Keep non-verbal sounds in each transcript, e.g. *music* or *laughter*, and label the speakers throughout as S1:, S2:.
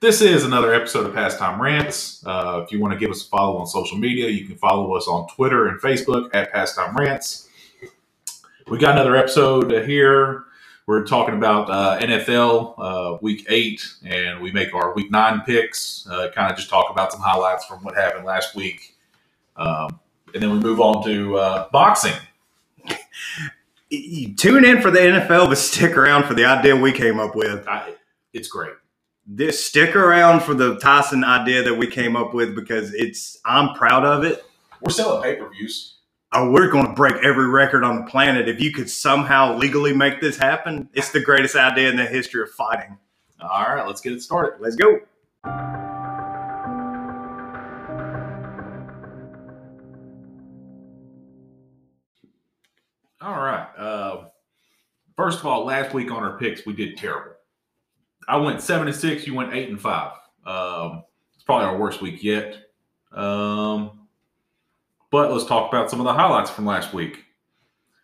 S1: This is another episode of Pastime Rants. Uh, if you want to give us a follow on social media, you can follow us on Twitter and Facebook at Pastime Rants. We got another episode here. We're talking about uh, NFL uh, Week Eight, and we make our Week Nine picks. Uh, kind of just talk about some highlights from what happened last week, um, and then we move on to uh, boxing.
S2: You tune in for the NFL, but stick around for the idea we came up with.
S1: I, it's great.
S2: This stick around for the Tyson idea that we came up with because it's I'm proud of it.
S1: We're selling pay per views.
S2: Oh, we're going to break every record on the planet. If you could somehow legally make this happen, it's the greatest idea in the history of fighting.
S1: All right, let's get it started.
S2: Let's go.
S1: All right. Uh, first of all, last week on our picks, we did terrible. I went seven and six. You went eight and five. Um, it's probably our worst week yet. Um, but let's talk about some of the highlights from last week.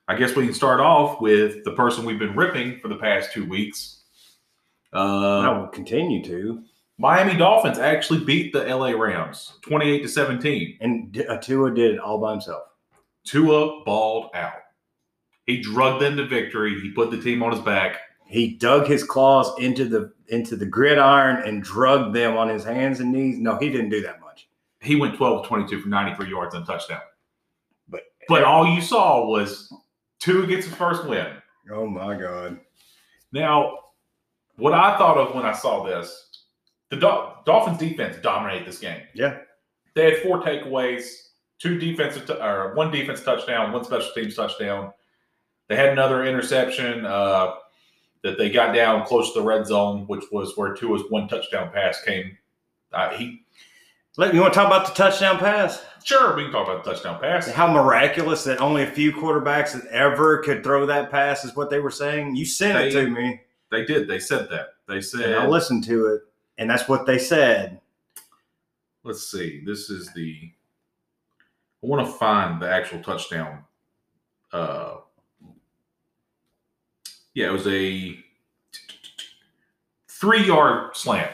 S1: I guess we can start off with the person we've been ripping for the past two weeks.
S2: I
S1: Uh,
S2: will continue to.
S1: Miami Dolphins actually beat the LA Rams 28 to 17.
S2: And D- Atua did it all by himself.
S1: Tua balled out. He drugged them to victory. He put the team on his back.
S2: He dug his claws into the into the gridiron and drugged them on his hands and knees. No, he didn't do that much.
S1: He went 12 to 22 for 93 yards and a touchdown.
S2: But-
S1: but all you saw was Tua gets his first win.
S2: Oh my god.
S1: Now, what I thought of when I saw this, the Dol- Dolphins defense dominated this game.
S2: Yeah.
S1: They had four takeaways, two defensive t- or one defense touchdown, one special teams touchdown. They had another interception uh, that they got down close to the red zone, which was where Tua's one touchdown pass came. Uh, he
S2: Let, you want to talk about the touchdown pass?
S1: sure we can talk about the touchdown pass.
S2: How miraculous that only a few quarterbacks that ever could throw that pass is what they were saying. You sent it to me,
S1: They did. They said that. They said.
S2: and I listened to it, and that's what they said.
S1: let's see. This is the. I want to find the actual touchdown. Uh, yeah, it was a three-yard slant.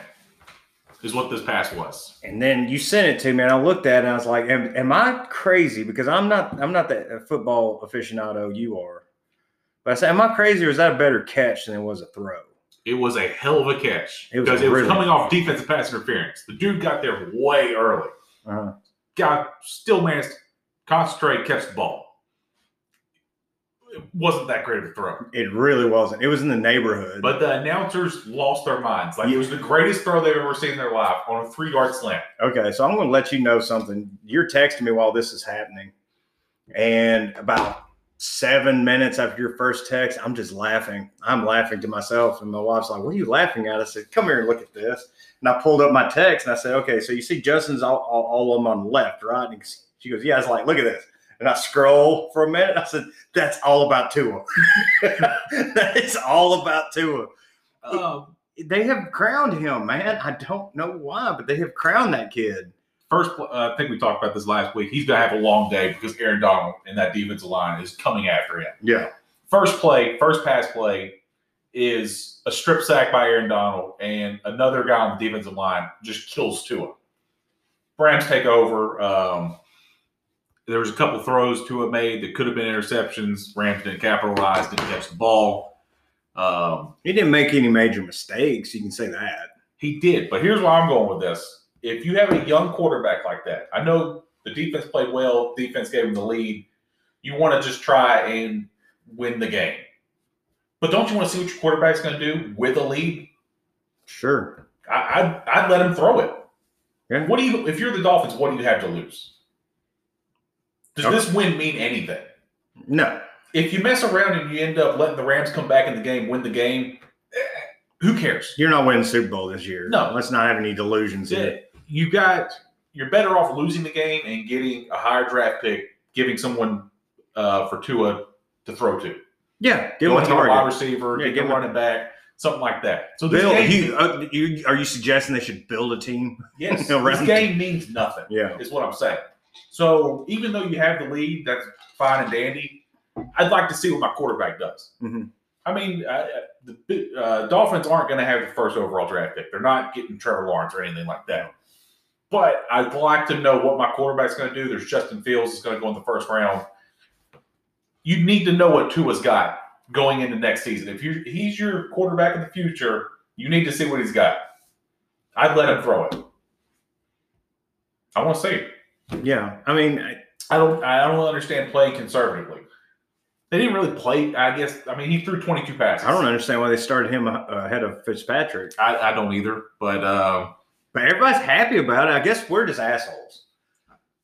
S1: Is what this pass was.
S2: And then you sent it to me, and I looked at it, and I was like, "Am, am I crazy?" Because I'm not. I'm not the football aficionado you are. But I said, "Am I crazy, or is that a better catch than it was a throw?"
S1: It was a hell of a catch
S2: It was
S1: because it was
S2: brilliant.
S1: coming off defensive pass interference. The dude got there way early.
S2: Uh-huh.
S1: guy still managed to concentrate, catch the ball. It wasn't that great of a throw.
S2: It really wasn't. It was in the neighborhood.
S1: But the announcers lost their minds. Like it was the greatest throw they've ever seen in their life on a three yard slant.
S2: Okay, so I'm going to let you know something. You're texting me while this is happening, and about seven minutes after your first text, I'm just laughing. I'm laughing to myself, and my wife's like, "What are you laughing at?" I said, "Come here and look at this." And I pulled up my text, and I said, "Okay, so you see Justin's all, all, all of them on the left, right?" And she goes, "Yeah." I was like, "Look at this." And I scroll for a minute. I said, "That's all about Tua. *laughs* that is all about Tua."
S1: Um,
S2: They have crowned him, man. I don't know why, but they have crowned that kid.
S1: first, pl- uh, I think we talked about this last week. He's going to have a long day because Aaron Donald and that defensive line is coming after him.
S2: Yeah.
S1: First play, first pass play is a strip sack by Aaron Donald, and another guy on the defensive line just kills Tua. Rams take over. Um, there was a couple throws Tua made that could have been interceptions. Rams didn't capitalize, didn't catch the ball. Um,
S2: He didn't make any major mistakes. You can say that.
S1: He did, but here's where I'm going with this. If you have a young quarterback like that, I know the defense played well, defense gave him the lead. You want to just try and win the game. But don't you want to see what your quarterback's going to do with a lead?
S2: Sure.
S1: I, I'd, I'd let him throw it.
S2: Yeah.
S1: What do you, if you're the Dolphins, what do you have to lose? Does
S2: Okay.
S1: this win mean anything?
S2: No.
S1: If you mess around and you end up letting the Rams come back in the game, win the game, eh, who cares?
S2: You're not winning Super Bowl this year.
S1: No.
S2: Let's not have any delusions
S1: Yeah,
S2: here.
S1: you got you're better off losing the game and getting a higher draft pick, giving someone uh, for Tua to throw to.
S2: Yeah. Give
S1: Go
S2: him a
S1: and get a wide
S2: target.
S1: receiver,
S2: Yeah,
S1: get
S2: give
S1: a
S2: him a-
S1: running back, something like that. So this
S2: Build,
S1: game,
S2: you, uh, you, are you suggesting they should build a team?
S1: yes,
S2: no,
S1: this
S2: round-
S1: game means nothing.
S2: Yeah.
S1: Is what I'm saying. So even though you have the lead, that's fine and dandy. I'd like to see what my quarterback does.
S2: Mhm.
S1: I I mean, I, I- the uh, Dolphins aren't going to have the first overall draft pick. They're not getting Trevor Lawrence or anything like that. But I'd like to know what my quarterback's going to do. There's Justin Fields is going to go in the first round. You need to know what Tua's got going into next season. If you he's your quarterback of the future, you need to see what he's got. I'd let him throw it. I want to see it.
S2: Yeah, I mean, I-
S1: I don't I don't understand playing conservatively. They didn't really play. I guess I mean he threw 22 passes.
S2: I don't understand why they started him a- ahead of Fitzpatrick.
S1: I, I don't either. But uh,
S2: But everybody's happy about it. I guess we're just assholes.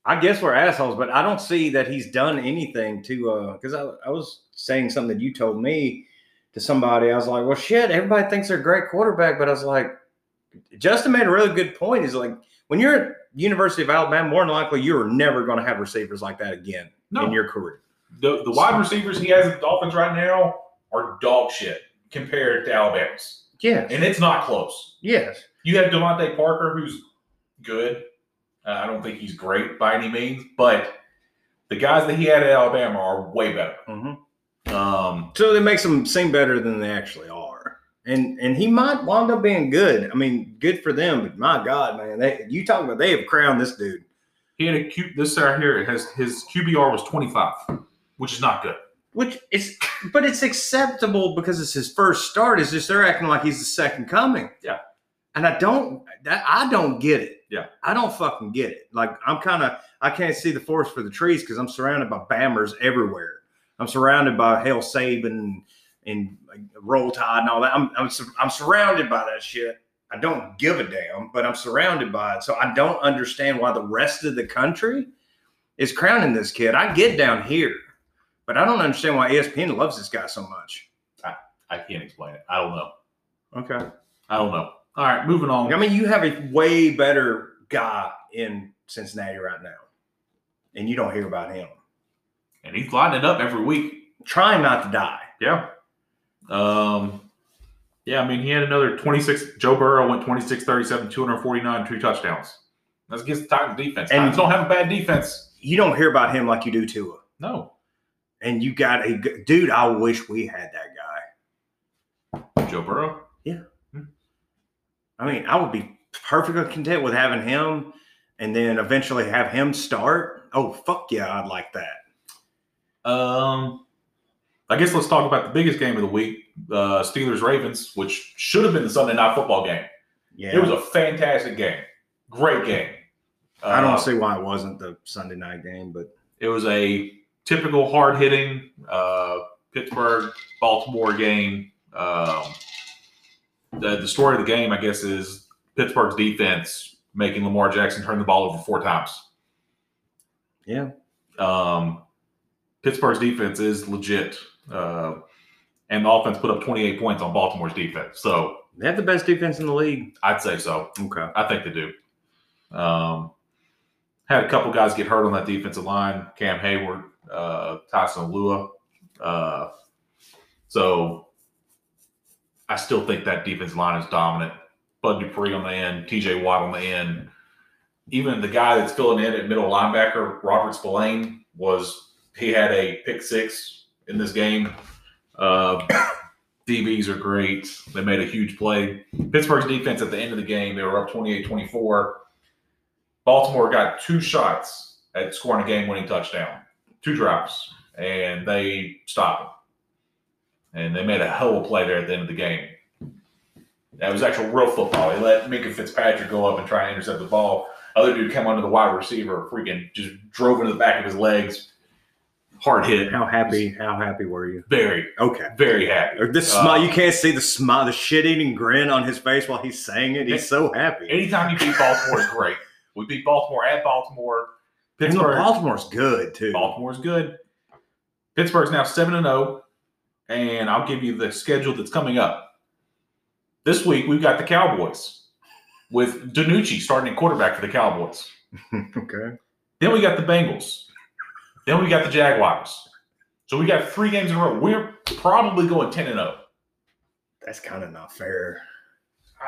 S2: I guess we're assholes, but I don't see that he's done anything to because I, I was saying something that you told me to somebody. I was like, well, shit, everybody thinks they're a great quarterback, but I was like, Justin made a really good point. He's like, when you're at University of Alabama, more than likely you are never going to have receivers like that again
S1: no,
S2: in your career.
S1: the, the wide receivers he has at the Dolphins right now are dog shit compared to Alabama's,
S2: Yes,
S1: and it's not close.
S2: yes.
S1: You have Devontae Parker, who's good. Uh, I don't think he's great by any means, but the guys that he had at Alabama are way better.
S2: hmm
S1: Um,
S2: So it makes them seem better than they actually are. And and he might wind up being good. I mean, good for them, but my God, man, they you talk about they have crowned this dude.
S1: he had a Q, this right here. It has his QBR was 25, which is not good.
S2: Which is but it's acceptable because it's his first start. It's just they're acting like he's the second coming.
S1: Yeah.
S2: And I don't that I don't get it.
S1: Yeah.
S2: I don't fucking get it. Like I'm kind of I can't see the forest for the trees because I'm surrounded by bammers everywhere. I'm surrounded by Hell Saban and like, Roll Tide and all that. I'm, I'm sur- I'm surrounded by that shit. I don't give a damn, but I'm surrounded by it. So I don't understand why the rest of the country is crowning this kid. I get down here, but I don't understand why E ESPN loves this guy so much.
S1: I can't explain it. I don't know.
S2: Okay.
S1: I don't know. All right, moving on.
S2: I mean, you have a way better guy in Cincinnati right now, and you don't hear about him.
S1: And he's lining it up every week.
S2: Trying not to die.
S1: Yeah. Um, yeah, I mean, he had another 26. Joe Burrow went 26 37, 249, two touchdowns. That's against the Titans defense.
S2: And-
S1: Titans don't have a bad defense.
S2: You don't hear about him like you do Tua.
S1: No.
S2: And you got a g- dude. I wish we had that guy.
S1: Joe Burrow?
S2: I mean, I would be perfectly content with having him, and then eventually have him start. Oh fuck yeah, I'd like that.
S1: Um, I guess let's talk about the biggest game of the week uh, Steelers Ravens, which should have been the Sunday night football game.
S2: Yeah,
S1: It was a fantastic game. Great game.
S2: I
S1: Uh,
S2: don't see why it wasn't the Sunday night game, but
S1: It was a typical hard hitting uh, Pittsburgh Baltimore game. Um, the, the story of the game, I guess, is Pittsburgh's defense making Lamar Jackson turn the ball over four times.
S2: Yeah.
S1: Um, Pittsburgh's defense is legit. Uh, and the offense put up 28 points on Baltimore's defense. So
S2: they have the best defense in the league.
S1: I'd say so.
S2: Okay,
S1: I think they do. Um, had a couple guys get hurt on that defensive line. Cam Hayward, uh, Tyson Lua. Uh, so I still think that defensive line is dominant. Bud Dupree on the end, TJ Watt on the end. Even the guy that's filling in at middle linebacker, Robert Spillane, was he had a pick six in this game. Uh, *coughs* DBs are great. They made a huge play. Pittsburgh's defense at the end of the game, they were up 28 24. Baltimore got two shots at scoring a game winning touchdown, two drops, and they stopped them. And they made a hell of a play there at the end of the game. That was actual real football. They let Minka Fitzpatrick go up and try and intercept the ball. Other dude come under the wide receiver, freaking just drove into the back of his legs. Hard hit.
S2: how happy? How happy were you?
S1: Very,
S2: Okay.
S1: very happy.
S2: Or This
S1: Uh,
S2: smile, you can't see the smile, the shit eating grin on his face while he's saying it. He's so happy.
S1: Anytime you beat Baltimore is great. We beat Baltimore at Baltimore.
S2: And look,
S1: Pittsburgh.
S2: Baltimore's good too.
S1: Baltimore's good. Pittsburgh's now 7 and 0, and I'll give you the schedule that's coming up. This week, we've got the Cowboys with Danucci starting at quarterback for the Cowboys.
S2: okay.
S1: Then we got the Bengals. Then we got the Jaguars. So we got three games in a row. We're probably going 10 and oh. 0.
S2: That's kind of not fair.
S1: I-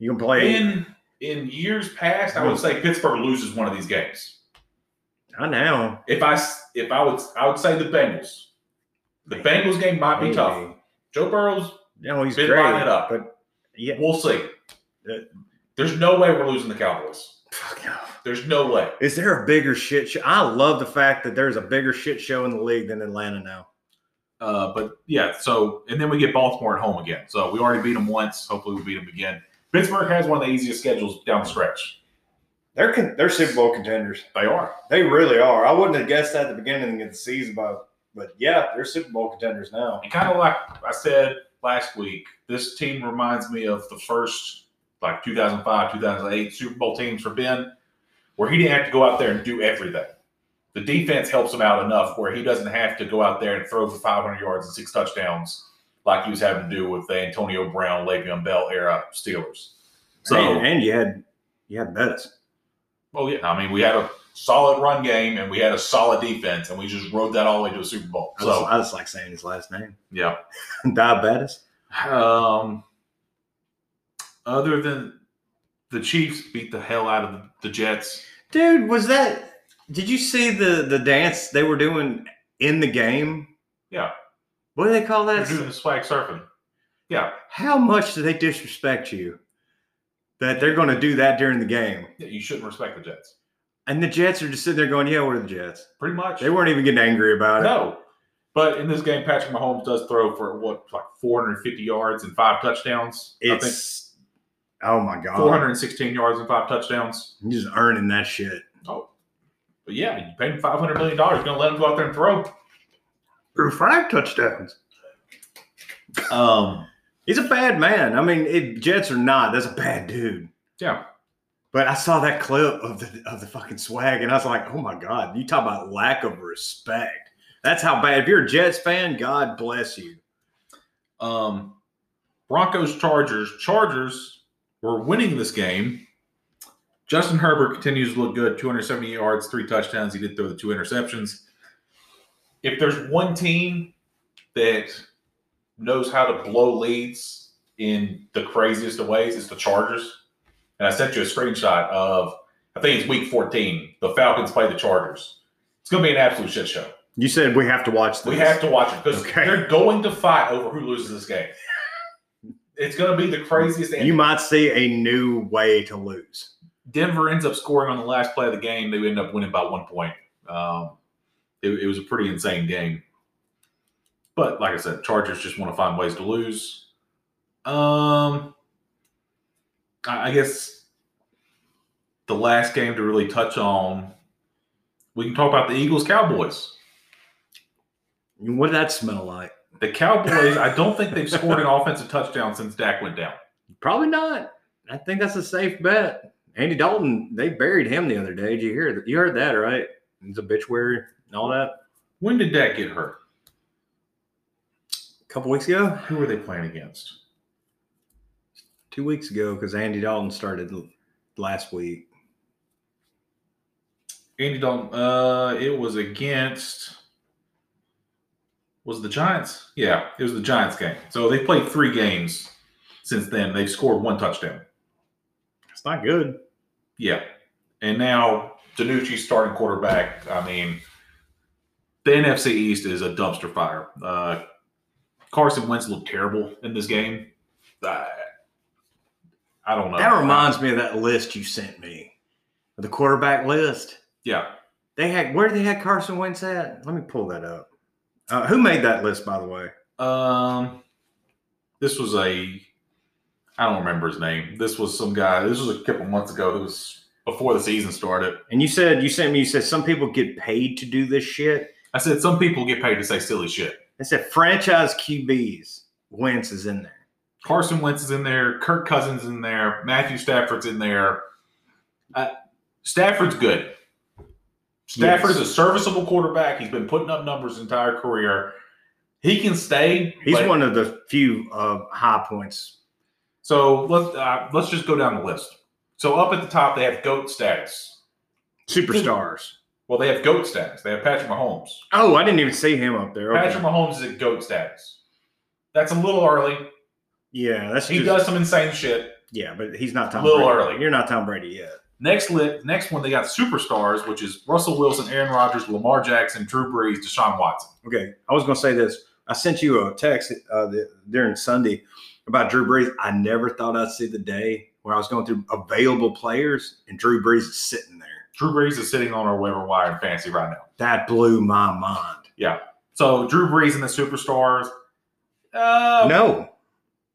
S2: You can play.
S1: In, in years past, I would say Pittsburgh loses one of these games.
S2: I know.
S1: If I s- if I would I would say the Bengals. The Bengals game might be tough. Joe Burrow's.
S2: You know, he's
S1: Been
S2: great.
S1: lining up.
S2: But yeah,
S1: We'll see.
S2: Uh,
S1: There's no way we're losing the Cowboys.
S2: fuck no.
S1: There's no way.
S2: Is there a bigger shit show? I love the fact that there's a bigger shit show in the league than Atlanta now.
S1: Uh, but yeah, so and then we get Baltimore at home again. So we already beat them once. Hopefully we beat them again. Pittsburgh has one of the easiest schedules down the stretch.
S2: They're con- they're Super Bowl contenders.
S1: They are.
S2: They really are. I wouldn't have guessed that at the beginning of the season, but but yeah, they're Super Bowl contenders now.
S1: And kind of like I said last week, this team reminds me of the first like 2005, 2008 Super Bowl teams for Ben, where he didn't have to go out there and do everything. The defense helps him out enough where he doesn't have to go out there and throw for 500 yards and six touchdowns like he was having to do with the Antonio Brown, Le'Veon Bell era Steelers. So,
S2: and, and you had you had Bettis.
S1: oh yeah, I mean, we had a solid run game and we had a solid defense, and we just rode that all the way to a Super Bowl.
S2: I just,
S1: So,
S2: I just like saying his last name,
S1: yeah.
S2: *laughs* Diabetes.
S1: Um, other than the Chiefs beat the hell out of the Jets.
S2: Dude, was that? Did you see the the dance they were doing in the game?
S1: Yeah.
S2: What do they call
S1: They're
S2: that?
S1: doing the swag surfing.
S2: How much do they disrespect you that they're going to do that during the game?
S1: Yeah, You shouldn't respect the Jets.
S2: And the Jets are just sitting there going, "Yeah, we're the Jets."
S1: Pretty much.
S2: They weren't even getting angry about it.
S1: no. But in this game, Patrick Mahomes does throw for what, like 450 yards and five touchdowns. I think
S2: It's oh my god,
S1: 416 yards and five touchdowns.
S2: You're just earning that shit.
S1: But yeah, you paid him 500 million dollars. You're gonna let him go out there and throw.
S2: Through five touchdowns.
S1: Um,
S2: He's a bad man. I mean, it, Jets or not, that's a bad dude.
S1: Yeah.
S2: But I saw that clip of the of the fucking swag, and I was like, oh my god, you talk about lack of respect. That's how bad. If you're a Jets fan, God bless you.
S1: um, Broncos Chargers. Chargers were winning this game. Justin Herbert continues to look good 270 yards, three touchdowns. He did throw the two interceptions. If there's one team that knows how to blow leads in the craziest of ways, it's the Chargers. And I sent you a screenshot of, I think it's week 14. The Falcons play the Chargers. It's going to be an absolute shit show.
S2: You said we have to watch this.
S1: We have to watch it because
S2: Okay.
S1: they're going to fight over who loses this game. It's going to be the craziest thing.
S2: You might see a new way to lose.
S1: Denver ends up scoring on the last play of the game. They end up winning by one point. Um, it, it was a pretty insane game. But like I said, Chargers just want to find ways to lose. Um, I, I guess the last game to really touch on, we can talk about the Eagles Cowboys.
S2: What did that smell like?
S1: The Cowboys, I don't think they've scored
S2: *laughs*
S1: an offensive touchdown since Dak went down.
S2: Probably not. I think that's a safe bet. Andy Dalton, they buried him the other day. Did you hear? That? You heard that, right? He's a bitchwary and all that.
S1: When did Dak get hurt?
S2: A couple weeks ago,
S1: Who were they playing against?
S2: two weeks ago, because Andy Dalton started l- last week.
S1: Andy Dalton. Uh, it was against. Was it the Giants? Yeah, it was the Giants game. So they played three games since then. They've scored one touchdown.
S2: It's not good.
S1: Yeah, and now Danucci's starting quarterback. I mean, the NFC East is a dumpster fire. Uh, Carson Wentz looked terrible in this game. I, I don't know.
S2: That reminds me of that list you sent me, the quarterback list.
S1: Yeah,
S2: They had where they had Carson Wentz at. Let me pull that up. Uh, who made that list, by the way?
S1: Um, this was a, I don't remember his name. This was some guy. This was a couple months ago. It was before the season started.
S2: And you said you sent me. You said some people get paid to do this shit.
S1: I said some people get paid to say silly shit.
S2: It said franchise QBs. Wentz is in there.
S1: Carson Wentz is in there. Kirk Cousins is in there. Matthew Stafford's in there. Uh, Stafford's good. Stafford's a serviceable quarterback. He's been putting up numbers his entire career. He can stay.
S2: He's
S1: but-
S2: one of the few uh, high points.
S1: So let's uh, let's just go down the list. So up at the top, they have goat status.
S2: Superstars.
S1: Well, they have goat status. They have Patrick Mahomes.
S2: Oh, I didn't even see him up there. Okay.
S1: Patrick Mahomes is at goat status. That's a little early.
S2: yeah, that's
S1: He
S2: just,
S1: does some insane shit.
S2: Yeah, but he's not Tom.
S1: Little
S2: Brady.
S1: early.
S2: You're not Tom Brady yet.
S1: Next lit, next one they got superstars, which is Russell Wilson, Aaron Rodgers, Lamar Jackson, Drew Brees, Deshaun Watson.
S2: Okay, I was going to say this. I sent you a text uh, the, during Sunday about Drew Brees. I never thought I'd see the day where I was going through available players and Drew Brees is sitting there.
S1: Drew Brees is sitting on our waiver wire in fantasy right now.
S2: That blew my mind.
S1: So Drew Brees and the superstars. Uh,
S2: No.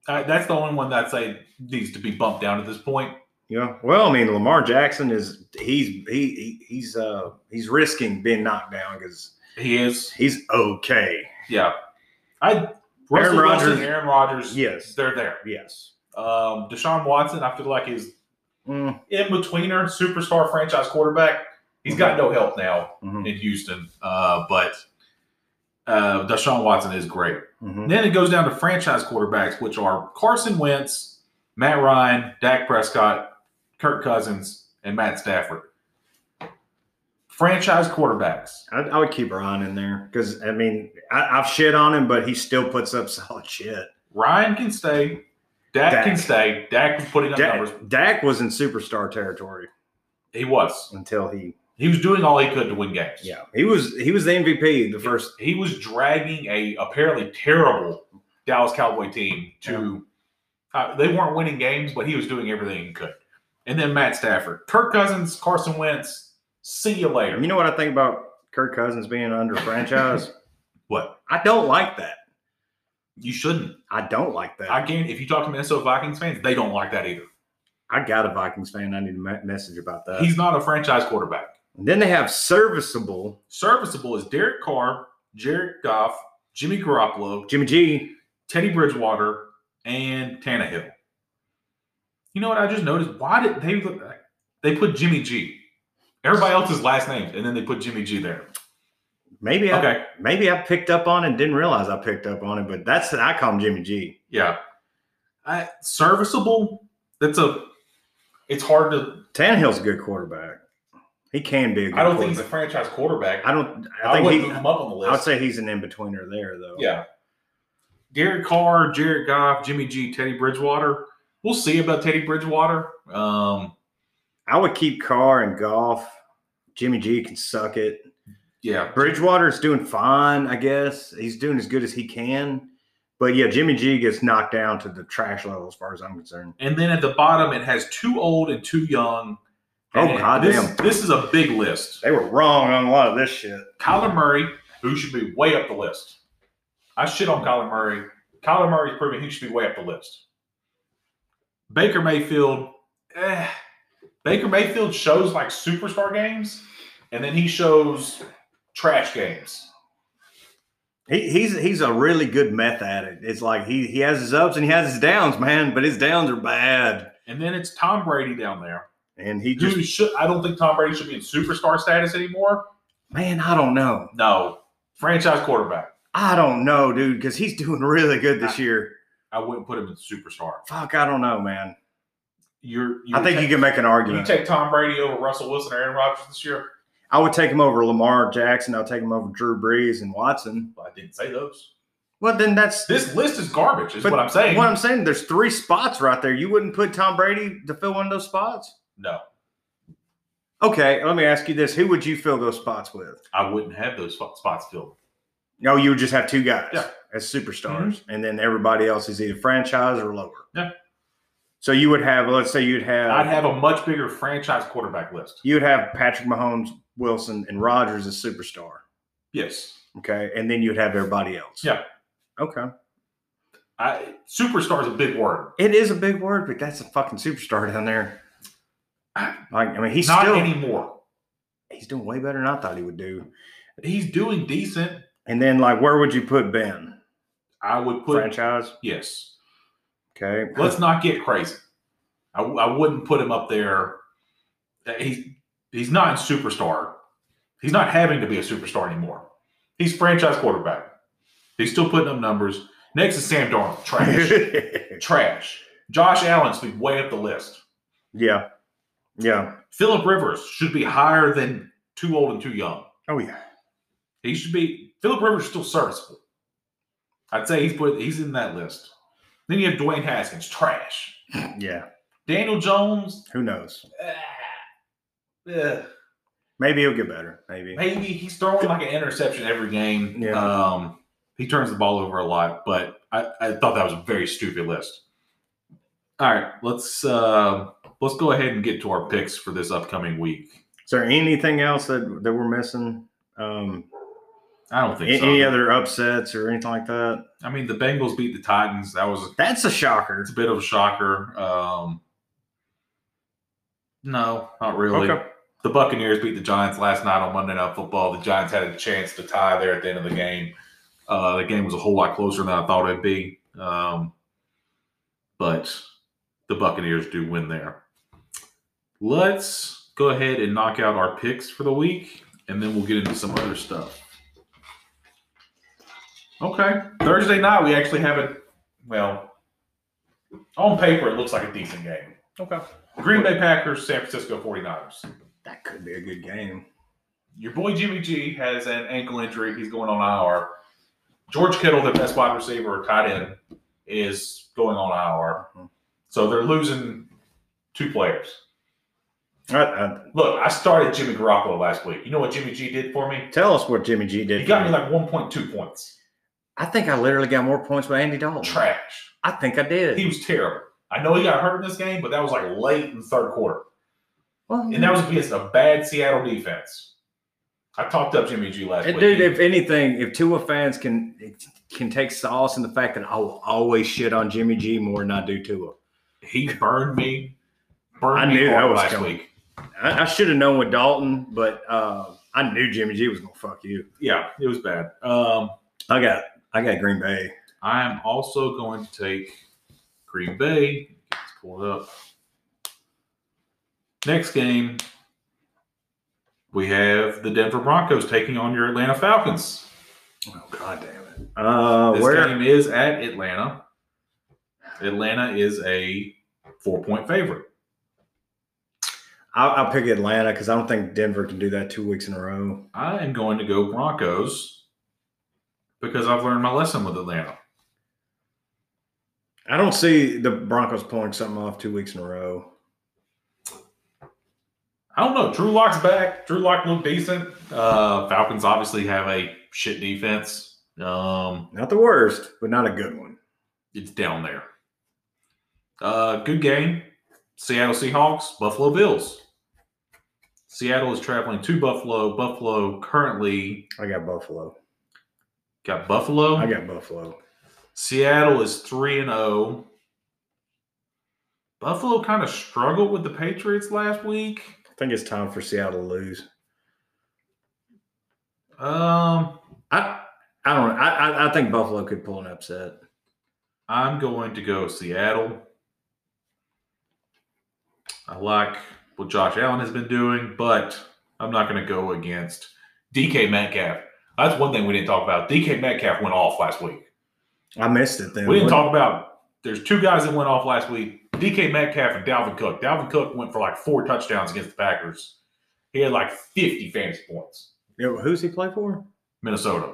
S1: I- that's the only one that I say needs to be bumped down at this point.
S2: Yeah. Well, I mean, Lamar Jackson is he's he, he he's uh he's risking being knocked down because
S1: He is,
S2: he's okay.
S1: yeah. I Russell Wilson,
S2: Rodgers-
S1: Aaron Rodgers,
S2: Yes.
S1: they're there.
S2: Yes.
S1: Um, Deshaun Watson, I feel like is
S2: Mm,
S1: in betweener, superstar franchise quarterback. He's got
S2: Mm-hmm.
S1: no help now
S2: mhm,
S1: in Houston, uh, but uh, Deshaun Watson is great.
S2: mhm.
S1: And then it goes down to franchise quarterbacks, which are Carson Wentz, Matt Ryan, Dak Prescott, Kirk Cousins, and Matt Stafford. Franchise quarterbacks.
S2: I, I would keep Ryan in there because I mean I, I've shit on him, but he still puts up *laughs* solid shit.
S1: Ryan can stay. Dak,
S2: Dak.
S1: can stay. Dak was putting up
S2: Dak,
S1: numbers.
S2: Dak was in superstar territory
S1: He was.
S2: until he
S1: He was doing all he could to win games.
S2: yeah he was he was the MVP the first
S1: He was dragging a apparently terrible Dallas Cowboy team to. Uh, they weren't winning games, but he was doing everything he could. And then Matt Stafford, Kirk Cousins, Carson Wentz. See you later.
S2: You know what I think about Kirk Cousins being
S1: *laughs*
S2: under franchise?
S1: What?
S2: I don't like that.
S1: You shouldn't.
S2: I don't like that.
S1: I
S2: I,
S1: can If you talk to Minnesota Vikings fans, they don't like that either.
S2: got a Vikings fan. I need a me- message about that.
S1: He's not a franchise quarterback.
S2: And then they have serviceable
S1: Serviceable is Derek Carr, Jared Goff, Jimmy Garoppolo,
S2: Jimmy G.
S1: Teddy Bridgewater, and Tannehill. You know what? I just noticed. Why did they look? They put Jimmy G. Everybody else's last names, and then they put Jimmy G there.
S2: Maybe I,
S1: Okay,
S2: maybe I picked up on it. Didn't realize I picked up on it, but that's I call him Jimmy G.
S1: yeah. I, serviceable. That's a. It's hard to.
S2: Tannehill's a good quarterback. He can be. A good
S1: I don't think he's a
S2: quarterback.
S1: franchise quarterback.
S2: I don't. I
S1: I,
S2: think
S1: wouldn't
S2: he.
S1: move him up on the list.
S2: I would say he's an in betweener there, though.
S1: Yeah. Derek Carr, Jared Goff, Jimmy G, Teddy Bridgewater. We'll see about Teddy Bridgewater. Um,
S2: I would keep Carr and golf. Jimmy G can suck it.
S1: yeah.
S2: Bridgewater's doing fine, I guess. He's doing as good as he can. But yeah, Jimmy G gets knocked down to the trash level as far as I'm concerned.
S1: And then at the bottom, it has two old and two young.
S2: Oh,
S1: And
S2: goddamn.
S1: This, this is a big list.
S2: They were wrong on a lot of this shit.
S1: Kyler Murray, who should be way up the list. I shit on Kyler Murray. Kyler Murray's proven he should be way up the list. Baker Mayfield, eh. Baker Mayfield shows like superstar games, and then he shows trash games.
S2: He, he's he's a really good meth addict. It's like he he has his ups and he has his downs, man. But his downs are bad,
S1: And then it's Tom Brady down there.
S2: and he just
S1: Who should I don't think Tom Brady should be in superstar status anymore.
S2: man, I don't know,
S1: No. Franchise quarterback.
S2: I don't know, dude, because he's doing really good this year.
S1: I wouldn't put him in superstar.
S2: Fuck, I don't know, man.
S1: You're you
S2: I think you can make an
S1: you
S2: argument.
S1: take Tom Brady over Russell Wilson or Aaron Rodgers this year.
S2: I would take him over Lamar Jackson. I'll take him over Drew Brees and Watson.
S1: Well, I didn't say those.
S2: Well, then that's
S1: This list is garbage, is
S2: But
S1: what I'm saying.
S2: What I'm saying, there's three spots right there. You wouldn't put Tom Brady to fill one of those spots.
S1: no,
S2: Okay, let me ask you this: Who would you fill those spots with?
S1: I wouldn't have those spot- spots filled.
S2: No, you would just have two guys
S1: Yeah. Mm-hmm.
S2: as superstars, and then everybody else is either franchise or lower.
S1: Yeah.
S2: So you would have, let's say, you'd have,
S1: I'd have a much bigger franchise quarterback list.
S2: you'd have Patrick Mahomes, Wilson, and Rogers as superstar.
S1: Yes.
S2: Okay, and then you'd have everybody else.
S1: Yeah.
S2: Okay.
S1: I superstar is a big word.
S2: It is a big word, but that's a fucking superstar down there. Like, I mean, he's
S1: Not
S2: still
S1: anymore.
S2: he's doing way better than I thought he would do.
S1: He's doing decent.
S2: And then, like, where would you put Ben?
S1: I would put
S2: Franchise.
S1: yes.
S2: Okay.
S1: let's not get crazy. I, I wouldn't put him up there. He's he's not a superstar. He's not having to be a superstar anymore. He's franchise quarterback. He's still putting up numbers. Next is Sam Darnold. Trash.
S2: *laughs*
S1: trash. Josh Allen should be way up the list.
S2: *laughs* yeah. Yeah.
S1: Philip Rivers should be higher than too old and too young.
S2: Oh yeah.
S1: He should be Philip Rivers is still serviceable. I'd say he's put he's in that list. Then you have Dwayne Haskins, trash.
S2: Yeah.
S1: Daniel Jones,
S2: Who knows?
S1: Ugh.
S2: Maybe he'll get better. Maybe.
S1: maybe he's throwing like an interception every game.
S2: Yeah.
S1: Um, He turns the ball over a lot, but I, I thought that was a very stupid list. All right, let's uh, let's go ahead and get to our picks for this upcoming week.
S2: Is there anything else that, that we're missing? Um,
S1: I don't think
S2: a-
S1: so.
S2: any other upsets or anything like that?
S1: I mean, the Bengals beat the Titans. That was
S2: That's a shocker.
S1: it's a bit of a shocker. Um, no, not really.
S2: Okay.
S1: The Buccaneers beat the Giants last night on Monday Night Football. The Giants had a chance to tie there at the end of the game. Uh, the game was a whole lot closer than I thought it'd be, um, but the Buccaneers do win there. Let's go ahead and knock out our picks for the week, and then we'll get into some other stuff. Okay, Thursday night we actually have it. Well, on paper it looks like a decent game.
S2: Okay.
S1: Green Bay Packers, San Francisco 49ers.
S2: That could be a good game.
S1: Your boy Jimmy G has an ankle injury. He's going on IR. George Kittle, the best wide receiver or tight end, is going on IR. So they're losing two players.
S2: I, I,
S1: Look, I started Jimmy Garoppolo last week. You know what Jimmy G did for me?
S2: tell us what Jimmy G did.
S1: He got
S2: for
S1: me
S2: you.
S1: like 1.2 points.
S2: I think I literally got more points with Andy Dalton.
S1: Trash.
S2: I think I did.
S1: He was terrible. I know he got hurt in this game, but that was like late in the third quarter.
S2: well,
S1: And that was against a bad Seattle defense. I talked up Jimmy G last
S2: And
S1: week.
S2: dude, if anything, if Tua fans can can take solace in the fact that I will always shit on Jimmy G more than I do Tua.
S1: he burned me. Burned
S2: I
S1: me
S2: knew that
S1: hard
S2: was
S1: last
S2: coming.
S1: week.
S2: I, I should have known with Dalton, but uh, I knew Jimmy G was gonna fuck you.
S1: yeah, it was bad. Um,
S2: I got I got Green Bay.
S1: I am also going to take Green Bay. Let's pull it up. Next game, we have the Denver Broncos taking on your Atlanta Falcons.
S2: Oh god damn it. Uh
S1: this
S2: where
S1: game is at Atlanta. Atlanta is a four-point favorite.
S2: I'll, I'll pick Atlanta because I don't think Denver can do that two weeks in a row.
S1: I am going to go Broncos because I've learned my lesson with Atlanta.
S2: I don't see the Broncos pulling something off two weeks in a row.
S1: I don't know. Drew Lock's back. Drew Lock looked decent. Uh, Falcons obviously have a shit defense. Um,
S2: Not the worst, but not a good one.
S1: it's down there. Uh, good game. Seattle Seahawks, Buffalo Bills. Seattle is traveling to Buffalo. Buffalo currently
S2: I got Buffalo.
S1: got Buffalo.
S2: I got Buffalo.
S1: Seattle is 3 and 0. Buffalo kind of struggled with the Patriots last week.
S2: I think it's time for Seattle to lose.
S1: Um,
S2: I I don't know. I, I I think Buffalo could pull an upset.
S1: I'm going to go Seattle. I like what Josh Allen has been doing, but I'm not going to go against DK Metcalf. That's one thing we didn't talk about. DK Metcalf went off last week.
S2: I missed it then.
S1: We didn't
S2: What-
S1: talk about there's two guys that went off last week DK Metcalf and Dalvin Cook. Dalvin Cook went for like four touchdowns against the Packers. He had like 50 fantasy points.
S2: You know, who's he play for?
S1: Minnesota.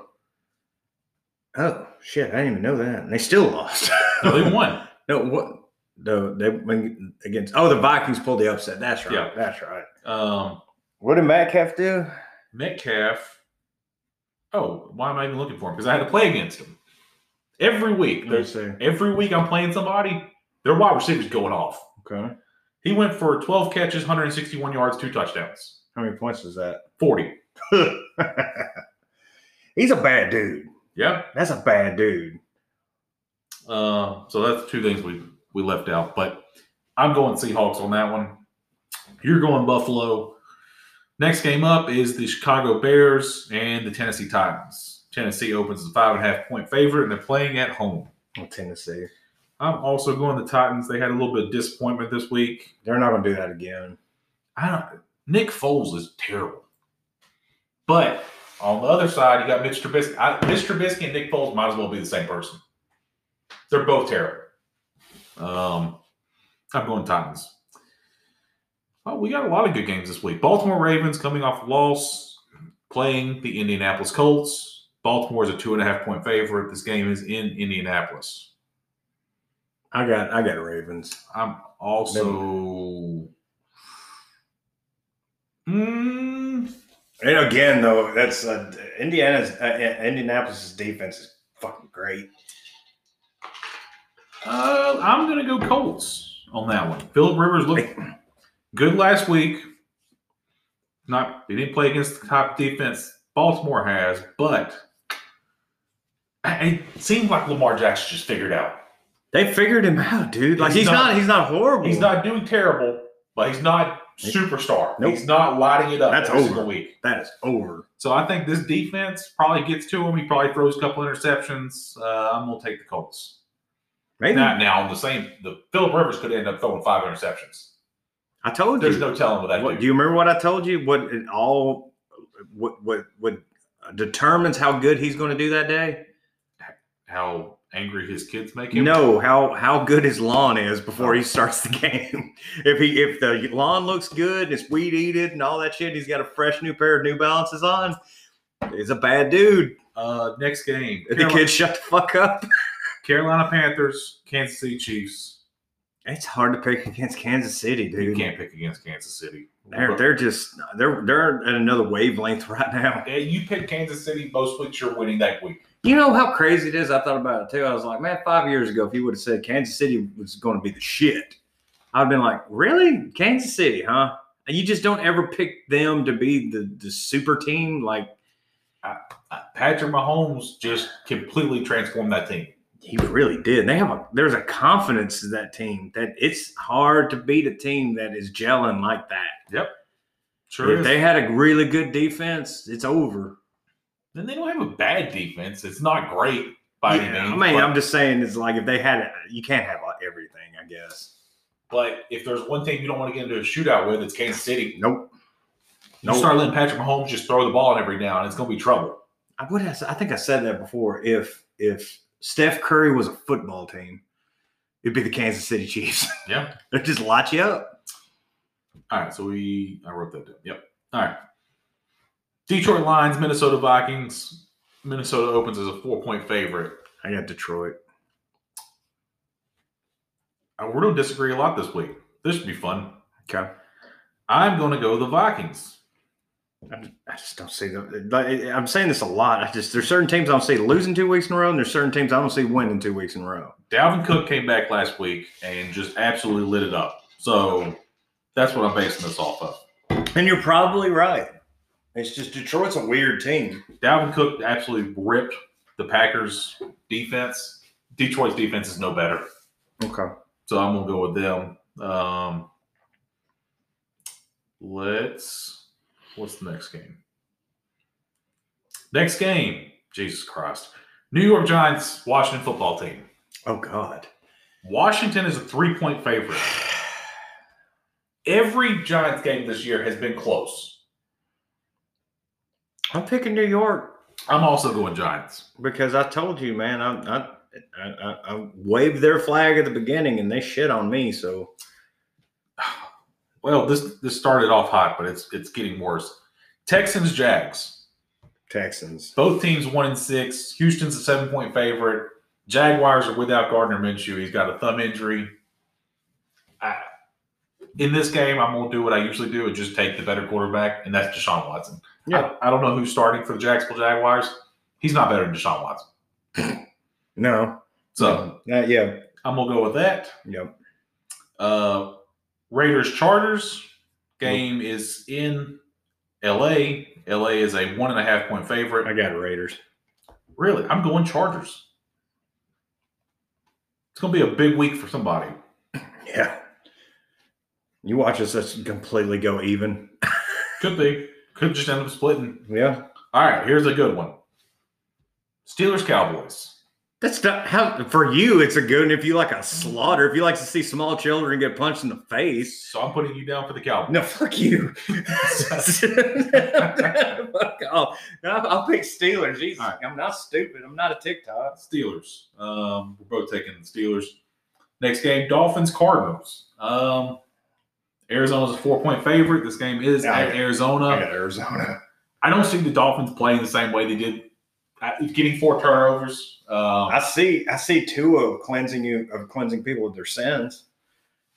S2: Oh shit! I didn't even know that. And they still lost.
S1: No, they won.
S2: *laughs* no, what? No, they when, against. Oh, the Vikings pulled the upset. That's right.
S1: Yeah.
S2: that's right.
S1: Um,
S2: What did Metcalf do?
S1: Metcalf. Oh, why am I even looking for him? Because I had to play against him every week.
S2: Let me
S1: There's
S2: see.
S1: every week I'm playing somebody. Their wide receiver's going off.
S2: Okay.
S1: He went for 12 catches, 161 yards, two touchdowns,
S2: How many points is that? *laughs*
S1: 40.
S2: He's a bad dude.
S1: Yeah.
S2: That's a bad dude.
S1: Uh, so that's two things we we left out. But I'm going Seahawks on that one. You're going Buffalo. Next game up is the Chicago Bears and the Tennessee Titans. Tennessee opens as a five and a half point favorite, and they're playing at home.
S2: Oh, Tennessee.
S1: I'm also going to Titans. They had a little bit of disappointment this week.
S2: They're not going to do that again.
S1: I don't. Nick Foles is terrible. But on the other side, you got Mitch Trubisky. I, Mitch Trubisky and Nick Foles might as well be the same person. They're both terrible. Um, I'm going Titans. Oh, we got a lot of good games this week. Baltimore Ravens coming off a loss, playing the Indianapolis Colts. Baltimore is a two and a half point favorite. This game is in Indianapolis.
S2: I got I got Ravens.
S1: I'm also. Mm, Hmm,
S2: And again, though, that's uh, Indiana's uh, Indianapolis' defense is fucking great.
S1: Uh, I'm going to go Colts on that one. Philip Rivers looked good last week. Not he didn't play against the top defense Baltimore has, but I- it seems like Lamar Jackson just figured out
S2: They figured him out, dude. Like
S1: He's
S2: he's,
S1: not-
S2: not, he's not horrible.
S1: he's not doing terrible, but he's not superstar.
S2: Oh. Nope.
S1: He's not lighting it up
S2: That's
S1: every
S2: over.
S1: single week.
S2: That is over.
S1: So I think this defense probably gets to him. He probably throws a couple interceptions. Uh, I'm gonna take the Colts.
S2: Maybe
S1: Now, now on the same, the Philip Rivers could end up throwing five interceptions.
S2: I told you.
S1: There's no telling what that
S2: What,
S1: dude.
S2: do you remember what I told you? What it all what what what determines how good he's going to do that day?
S1: how angry his kids make him.
S2: No, how how good his lawn is before he starts the *laughs* game. if he if the lawn looks good and it's weed eated and all that shit, he's got a fresh new pair of New Balances on. He's a bad dude.
S1: Uh, next game,
S2: The
S1: Carolina,
S2: kid shut the fuck up.
S1: Carolina Panthers, Kansas City Chiefs.
S2: It's hard to pick *laughs* against Kansas City,
S1: You
S2: dude.
S1: can't pick against Kansas City.
S2: They're they're just they're they're at another wavelength *laughs* right now.
S1: Yeah, you pick Kansas City most weeks. You're winning that week.
S2: You know how crazy it is? I thought about it too. I was like, man, five years ago, if you would have said Kansas City was going to be the shit, I'd have been like, really? Kansas City, huh? And you just don't ever pick them to be the, the super team. Like,
S1: Uh, Patrick Mahomes just completely transformed that team.
S2: he really did. They have a, there's a confidence in that team that it's hard to beat a team that is gelling like that.
S1: Sure
S2: if
S1: is.
S2: they had a really good defense, it's over.
S1: then they don't have a bad defense. It's not great by
S2: Yeah,
S1: any means.
S2: I mean,
S1: but,
S2: I'm just saying, it's like if they had it, you can't have like, everything, I guess.
S1: but if there's one thing you don't want to get into a shootout with, it's Kansas City.
S2: Nope. Nope.
S1: You start letting Patrick Mahomes just throw the ball in every now, and it's going to be trouble.
S2: I would have. I think I said that before. If if Steph Curry was a football team, it'd be the Kansas City Chiefs. *laughs*
S1: Yeah.
S2: they'd just light you up.
S1: All right, so we I wrote that down. Yep. All right. Detroit Lions, Minnesota Vikings. Minnesota opens as a four point favorite.
S2: I got Detroit.
S1: Uh, We're going to disagree a lot this week. This should be fun.
S2: Okay.
S1: I'm going to go the Vikings.
S2: I just don't see them. like, I'm saying this a lot. I just there's certain teams I don't see losing two weeks in a row, and there's certain teams I don't see winning two weeks in a row.
S1: Dalvin Cook came back last week and just absolutely lit it up. So that's what I'm basing this off of.
S2: And you're probably right. It's just Detroit's a weird team.
S1: Dalvin Cook absolutely ripped the Packers defense. Detroit's defense is no better.
S2: Okay.
S1: So I'm gonna go with them. Um, let's. What's the next game? Next game. Jesus Christ. New York Giants, Washington football team.
S2: Oh God.
S1: Washington is a three point favorite. Every Giants game this year has been close.
S2: I'm picking New York.
S1: I'm also going Giants.
S2: because I told you, man, I, I, I, I, I waved their flag at the beginning and they shit on me. So
S1: Well, this this started off hot, but it's it's getting worse. Texans, Jags.
S2: Texans,
S1: Both teams one and six. Houston's a seven point favorite. Jaguars are without Gardner Minshew. He's got a thumb injury. I, in this game, I'm going to do what I usually do and just take the better quarterback, and that's Deshaun Watson.
S2: Yeah.
S1: I, I don't know who's starting for the Jacksonville Jaguars. He's not better than Deshaun Watson.
S2: no,
S1: So
S2: not yeah,
S1: I'm going to go with that.
S2: yep.
S1: Uh, Raiders Chargers game is in LA. LA is a one and a half point favorite.
S2: I got Raiders.
S1: Really? I'm going Chargers. It's going to be a big week for somebody.
S2: Yeah, you watch us just completely go even.
S1: Could be. Could just end up splitting.
S2: Yeah,
S1: All right, here's a good one Steelers Cowboys.
S2: that's not how for you. It's a good. And if you like a slaughter, if you like to see small children get punched in the face,
S1: So I'm putting you down for the Cowboys.
S2: no, fuck you. *laughs* fuck off. I'll, I'll pick Steelers. Jesus,
S1: All right.
S2: I'm not stupid. I'm not a TikTok.
S1: Steelers. Um, we're both taking the Steelers. Next game Dolphins Cardinals. Um, Arizona's a four point favorite. This game is
S2: Yeah, I
S1: at
S2: got-
S1: Arizona.
S2: I got Arizona.
S1: I don't see the Dolphins playing the same way they did, uh, getting four turnovers. Um,
S2: I see. I see two of cleansing you of cleansing people of their sins.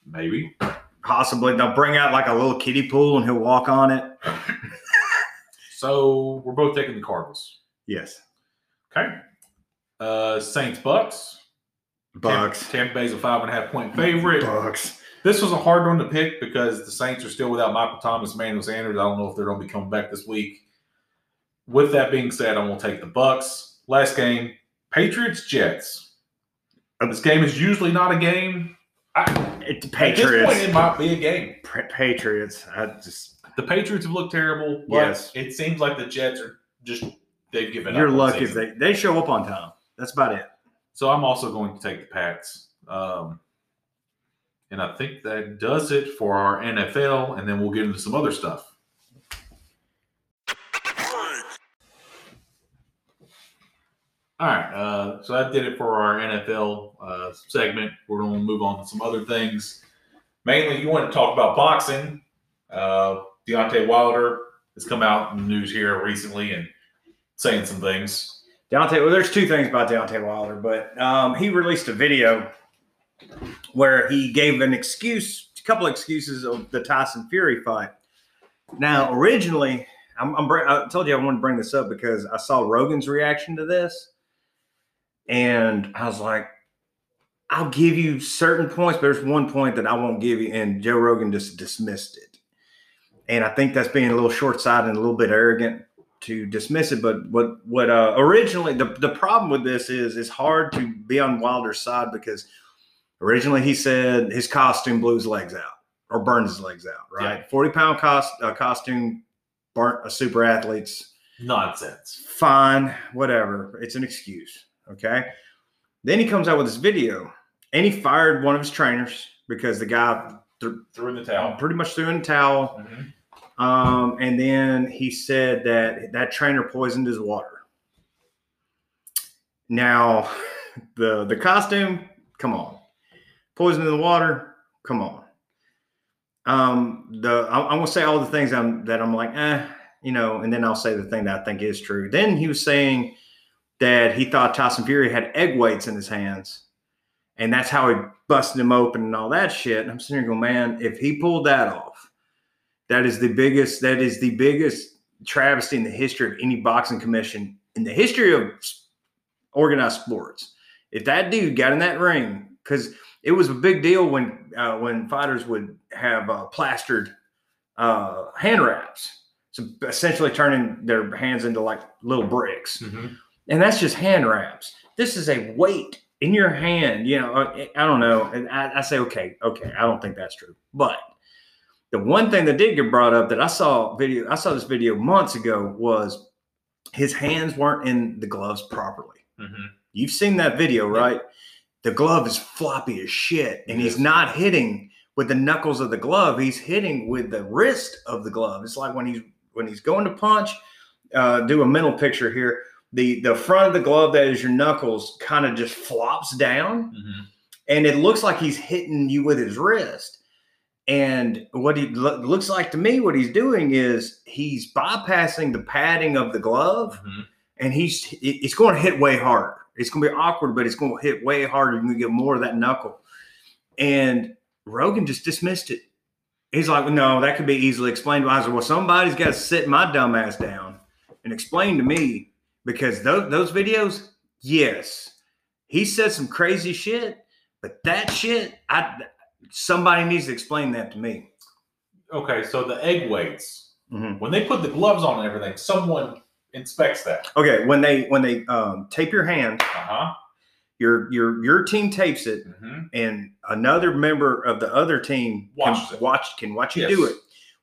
S1: maybe.
S2: Possibly they'll bring out like a little kiddie pool and he'll walk on it.
S1: So we're both taking the Cardinals.
S2: Yes.
S1: Okay. Uh, Saints Bucks.
S2: Bucks.
S1: Tampa, Tampa Bay's a five and a half point favorite.
S2: Bucks.
S1: This was a hard one to pick because the Saints are still without Michael Thomas, Manuel Sanders. I don't know if they're going to be coming back this week. With that being said, I'm going to take the Bucks. Last game, Patriots Jets. This game is usually not a game.
S2: It-
S1: At this point,
S2: Patriots.
S1: it might be a game.
S2: Pa- Patriots. I just
S1: The Patriots have looked terrible. But
S2: Yes.
S1: it seems like the Jets are just they've given up.
S2: you're
S1: on the
S2: lucky if
S1: season.
S2: they they show up on time. That's about it.
S1: So I'm also going to take the Pats. Um, and I think that does it for our NFL, and then we'll get into some other stuff. All right, uh, so that did it for our NFL uh, segment. We're going to move on to some other things. Mainly, you want to talk about boxing. Uh, Deontay Wilder has come out in the news here recently and saying some things.
S2: Deontay, well, there's two things about Deontay Wilder, but um, he released a video where he gave an excuse, a couple excuses of the Tyson Fury fight. Now, originally, I'm, I'm, br- I told you I wanted to bring this up because I saw Rogan's reaction to this, and I was like, I'll give you certain points, but there's one point that I won't give you, and Joe Rogan just dismissed it. And I think that's being a little short-sighted and a little bit arrogant to dismiss it. But what what uh, originally the the problem with this is it's hard to be on Wilder's side because originally he said his costume blew his legs out or burned his legs out. Right, forty pound cost uh, costume burnt a super athlete's
S1: Nonsense.
S2: fine, whatever. It's an excuse. Okay. Then he comes out with this video and he fired one of his trainers because the guy th-
S1: Threw in the towel.
S2: pretty much threw in the towel.
S1: Mhm.
S2: Um, and then he said that that trainer poisoned his water. Now, *laughs* the the costume, come on, poison in the water, come on. Um, the I, I'm gonna say all the things I'm that I'm like, eh, you know, and then I'll say the thing that I think is true. Then he was saying that he thought Tyson Fury had egg weights in his hands, and that's how he busted him open and all that shit. And I'm sitting here going, man, if he pulled that off. That is the biggest. That is the biggest travesty in the history of any boxing commission in the history of s- organized sports. If that dude got in that ring, because it was a big deal when uh, when fighters would have uh, plastered uh, hand wraps, so essentially turning their hands into like little bricks
S1: Mm-hmm.
S2: and that's just hand wraps. This is a weight in your hand. You know, I, I don't know. And I, I say, okay, okay, I don't think that's true. But the one thing that did get brought up that I saw video, I saw this video months ago was his hands weren't in the gloves properly. You've seen that video,
S1: Yeah.
S2: right? The glove is floppy as shit, and he's
S1: Yes.
S2: not hitting with the knuckles of the glove. He's hitting with the wrist of the glove. It's like when he's when he's going to punch. Uh, do a mental picture here. The the front of the glove that is your knuckles kind of just flops down, and it looks like he's hitting you with his wrist. And what he lo- looks like to me, what he's doing is he's bypassing the padding of the glove and he's it- it's going to hit way harder. It's going to be awkward, but it's going to hit way harder. You're going to get more of that knuckle. And Rogan just dismissed it. He's like, no, that could be easily explained. I said, well, somebody's got to sit my dumb ass down and explain to me because those those videos, yes, he said some crazy shit, but that shit, I somebody needs to explain that to me.
S1: Okay, so the egg weights.
S2: Mhm.
S1: When they put the gloves on and everything, someone inspects that.
S2: Okay, when they when they um, tape your hand,
S1: Uh huh.
S2: your your your team tapes it. and another member of the other team
S1: Watches
S2: can
S1: it.
S2: watch can watch you
S1: Yes.
S2: do it.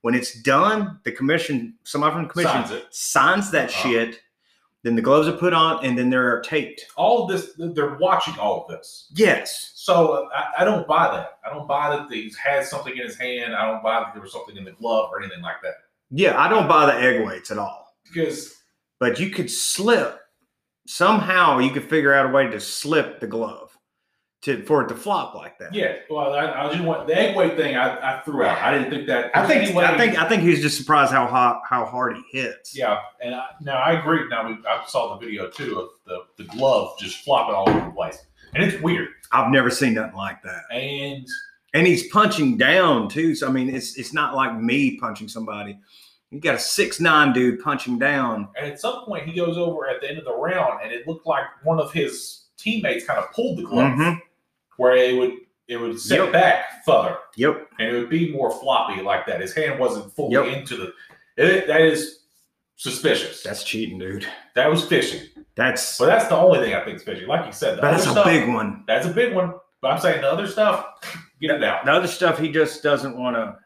S2: When it's done, the commission, somebody from the commission
S1: Signs
S2: signs,
S1: it.
S2: that
S1: Uh-huh.
S2: shit. Then the gloves are put on, and then they're taped.
S1: All of this, they're watching all of this.
S2: Yes,
S1: So uh, I, I don't buy that. I don't buy that he had something in his hand. I don't buy that there was something in the glove or anything like that.
S2: yeah, I don't buy the egg weights at all.
S1: Because
S2: But you could slip somehow. You could figure out a way to slip the glove to for it to flop like that.
S1: yeah, well, I, I just want the egg weight thing. I, I threw out. I didn't think that.
S2: I think
S1: Egg weight-
S2: I think I think he was just surprised how hot how hard he hits.
S1: Yeah, and I, now I agree. Now we, I saw the video too of the, the glove just flopping all over the place, and it's weird.
S2: I've never seen nothing like that.
S1: And
S2: and he's punching down too. So I mean, it's it's not like me punching somebody. You got a six nine dude punching down.
S1: And at some point, he goes over at the end of the round, and it looked like one of his teammates kind of pulled the glove,
S2: Mhm.
S1: where it would it would set
S2: Yep.
S1: back further,
S2: Yep.
S1: and it would be more floppy like that. His hand wasn't fully
S2: Yep.
S1: into the. It, that is suspicious.
S2: That's cheating, dude.
S1: that was fishing.
S2: That's
S1: But that's the only thing I think is fishing. Like you said, the
S2: that's
S1: other
S2: a
S1: stuff-
S2: big one.
S1: That's a big one. But I'm saying the other stuff, get it out.
S2: The other stuff he just doesn't want to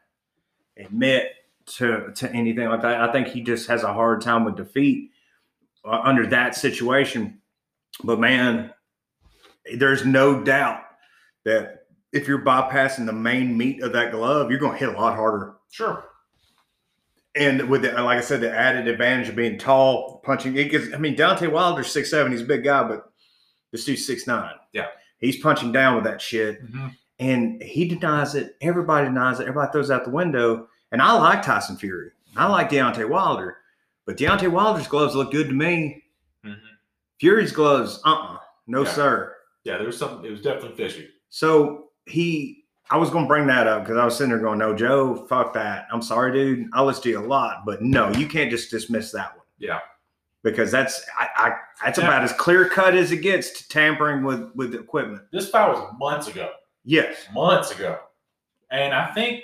S2: admit to to anything like that. I think he just has a hard time with defeat uh, under that situation. But man, there's no doubt that if you're bypassing the main meat of that glove, you're going to hit a lot harder.
S1: Sure.
S2: and with the, like I said, the added advantage of being tall, punching. It gets, I mean, Dante Wilder's six seven. He's a big guy, but this dude's six nine.
S1: Yeah.
S2: he's punching down with that shit,
S1: Mm-hmm.
S2: and he denies it. Everybody denies it. Everybody throws it out the window. And I like Tyson Fury. I like Deontay Wilder, but Deontay Wilder's gloves look good to me.
S1: Mhm.
S2: Fury's gloves, uh, uh no
S1: Yeah.
S2: sir.
S1: Yeah, there was something. It was definitely fishing.
S2: So he, I was gonna bring that up because I was sitting there going, "No, Joe, fuck that. I'm sorry, dude. I listen to you a lot, but no, you can't just dismiss that one."
S1: Yeah.
S2: because that's I, I that's
S1: Yeah.
S2: about as clear cut as it gets to tampering with with the equipment.
S1: This fight was months ago.
S2: Yes,
S1: months ago. And I think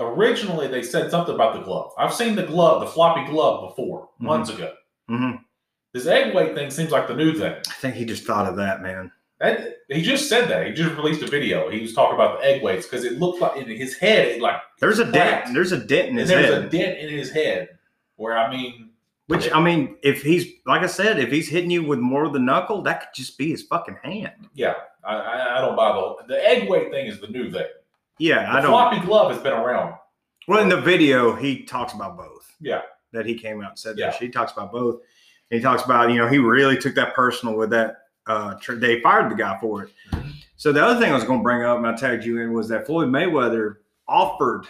S1: originally they said something about the glove. I've seen the glove, the floppy glove before,
S2: Mhm.
S1: months ago.
S2: Mhm.
S1: This egg weight thing seems like the new thing.
S2: I think he just thought of that, man.
S1: That, he just said that. He just released a video. He was talking about the egg weights because it looked like in his head, it like
S2: There's a
S1: Correct.
S2: dent. There's a dent in
S1: and
S2: his
S1: there
S2: head.
S1: was a dent in his head where I mean,
S2: Which I mean, if he's like I said, if he's hitting you with more of the knuckle, that could just be his fucking hand.
S1: yeah, I, I, I don't buy the the egg weight thing is the new thing.
S2: Yeah,
S1: The
S2: I don't.
S1: floppy glove has been around.
S2: Well, in the video, he talks about both.
S1: Yeah.
S2: That he came out and said
S1: Yeah.
S2: that. He talks about both. And he talks about, you know, he really took that personal with that. Uh, tr- they fired the guy for it.
S1: Mhm.
S2: So the other thing I was going to bring up, and I tagged you in, was that Floyd Mayweather offered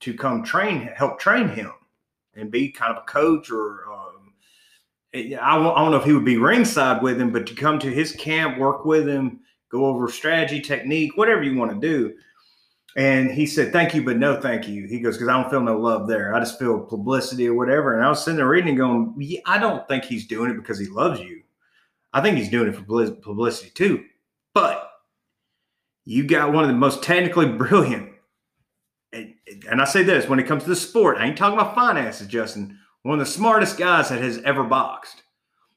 S2: to come train, help train him and be kind of a coach or, um, it- I w- I don't know if he would be ringside with him, but to come to his camp, work with him, go over strategy, technique, whatever you want to do. And he said, Thank you, but no thank you. He goes, Because I don't feel no love there. I just feel publicity or whatever. And I was sitting there reading and going, yeah, I don't think he's doing it because he loves you. I think he's doing it for publi- publicity too. But you got one of the most technically *laughs* brilliant. And, and I say this when it comes to the sport, I ain't talking about finances, Justin. One of the smartest guys that has ever boxed.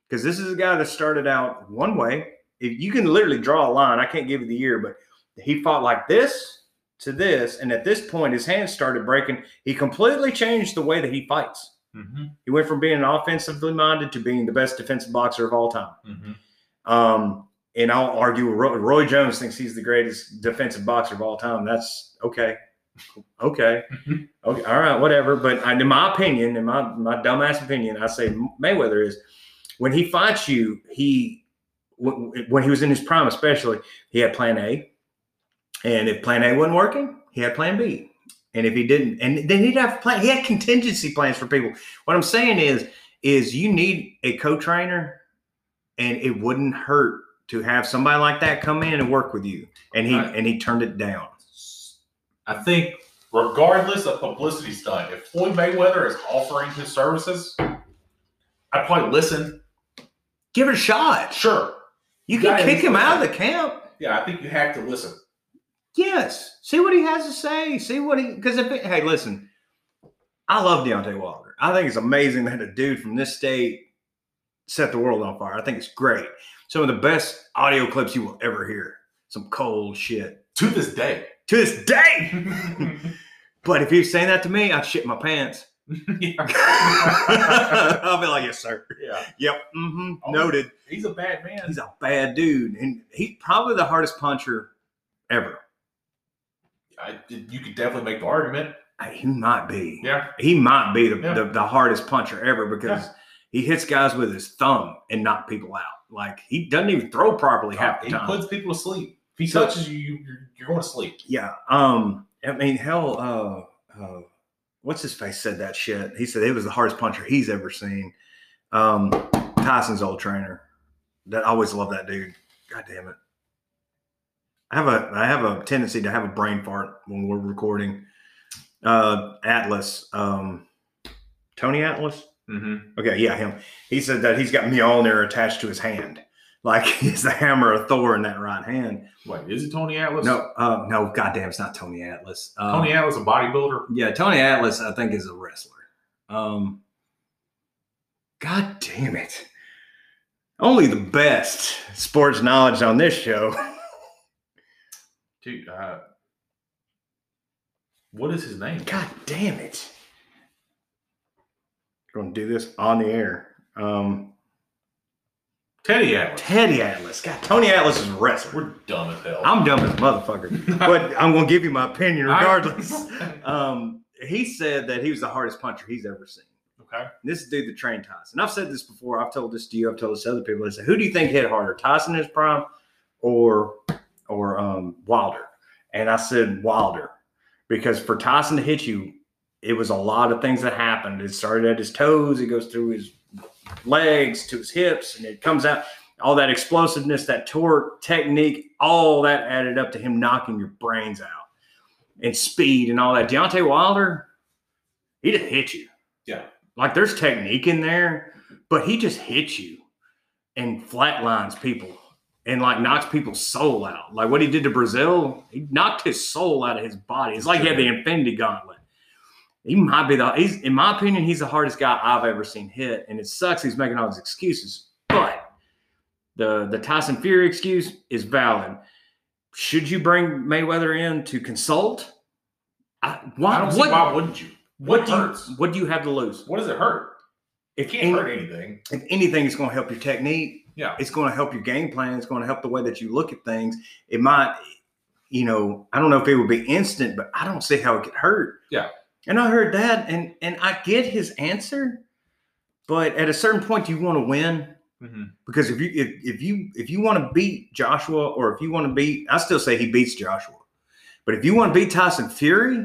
S2: Because this is a guy that started out one way. If you can literally draw a line, I can't give you the year, but he fought like this to this. And at this point, his hands started breaking. He completely changed the way that he fights.
S1: Mhm,
S2: He went from being offensively minded to being the best defensive boxer of all time.
S1: mhm.
S2: Um, and I'll argue Roy, Roy Jones thinks he's the greatest defensive boxer of all time. That's okay. Okay.
S1: Mhm.
S2: Okay. All right. Whatever. But I, in my opinion, in my, my dumbass opinion, I say Mayweather is when he fights you, he, when when he was in his prime, especially, he had plan A. And if plan A wasn't working, he had plan B. And if he didn't, and then he'd have plan, he had contingency plans for people. What I'm saying is, is you need a co-trainer and it wouldn't hurt to have somebody like that come in and work with you. And he
S1: Right.
S2: and he turned it down.
S1: I think, regardless of publicity stunt, if Floyd Mayweather is offering his services, I'd probably listen.
S2: Give it a shot.
S1: Sure.
S2: You can
S1: Guys,
S2: kick him out of the camp.
S1: Yeah, I think you have to listen.
S2: Yes. See what he has to say. See what he because if it, hey, listen, I love Deontay Wilder. I think it's amazing that a dude from this state set the world on fire. I think it's great. Some of the best audio clips you will ever hear. Some cold shit
S1: To this
S2: *laughs*
S1: day.
S2: to this day.
S1: Yeah.
S2: But if he was saying that to me, I'd shit
S1: *laughs*
S2: my pants. *laughs* I'll be like, yes, sir.
S1: yeah.
S2: Yep. Mm-hmm.
S1: Oh.
S2: Noted.
S1: He's a bad man.
S2: He's a bad dude, and he's probably the hardest puncher ever.
S1: I, you could definitely make the argument.
S2: I- He might be.
S1: Yeah.
S2: He might be the,
S1: Yeah.
S2: the, the hardest puncher ever because he hits guys with his thumb and knock people out. Like he doesn't even throw properly half the
S1: He
S2: time.
S1: puts people to sleep. If he
S2: So-
S1: touches you, you you're, you're going to sleep.
S2: yeah. Um. I mean, hell. Uh, uh. What's his face said that shit. He said it was the hardest puncher he's ever seen. Um. Tyson's old trainer. That I always love that dude. God damn it. I have a I have a tendency to have a brain fart when we're recording. Uh, Atlas. Um. Tony Atlas.
S1: Mm-hmm.
S2: Okay, yeah, him. He said that he's got Mjolnir attached to his hand, like *laughs* he's the hammer of Thor in that right hand.
S1: Wait, is it Tony Atlas?
S2: No, uh, no, goddamn, it's not Tony Atlas. Um,
S1: Tony Atlas, a bodybuilder.
S2: Yeah, Tony Atlas, I think, is a wrestler. Um, God damn it. Only the best sports knowledge on this show. *laughs*
S1: Dude, uh, what is his name?
S2: God damn it. Going to do this on the air. Um,
S1: Teddy Atlas.
S2: Teddy Atlas. God, Tony Atlas is a wrestler.
S1: We're dumb as hell.
S2: I'm dumb as a motherfucker, but I'm going to give you my opinion
S1: I-
S2: regardless. Um, he said that he was the hardest puncher he's ever seen.
S1: *laughs* okay.
S2: This dude that trained Tyson. I've said this before. I've told this to you. I've told this to other people. I said, who do you think hit harder, Tyson in his prime, or or um, Wilder? And I said Wilder because for Tyson to hit you, it was a lot of things that happened. It started at his toes. It goes through his legs to his hips, and it comes out. All that explosiveness, that torque, technique, all that added up to him knocking your brains out, and speed, and all that. Deontay Wilder, he didn't hit you.
S1: Yeah.
S2: Like there's technique in there, but he just hits you and flatlines people and like knocks people's soul out. Like what he did to Brazil, he knocked his soul out of his body. It's like he had the Infinity Gauntlet. He might be the he's in my opinion, he's the hardest guy I've ever seen hit. And it sucks he's making all these excuses. But the the Tyson Fury excuse is valid. Should you bring Mayweather in to consult? I, why,
S1: I don't
S2: what,
S1: see why wouldn't you?
S2: what
S1: it
S2: do you,
S1: hurts.
S2: what do you have to lose?
S1: What does it hurt? It
S2: If
S1: can't
S2: any-
S1: hurt anything.
S2: if anything, it's going to help your technique.
S1: Yeah.
S2: It's going to help your game plan. It's going to help the way that you look at things. It might, you know, I don't know if it would be instant, but I don't see how it could hurt.
S1: Yeah.
S2: And I heard that, and and I get his answer, but at a certain point, you want to win
S1: Mm-hmm.
S2: because if you if, if you if you want to beat Joshua or if you want to beat I still say he beats Joshua. But if you want to beat Tyson Fury,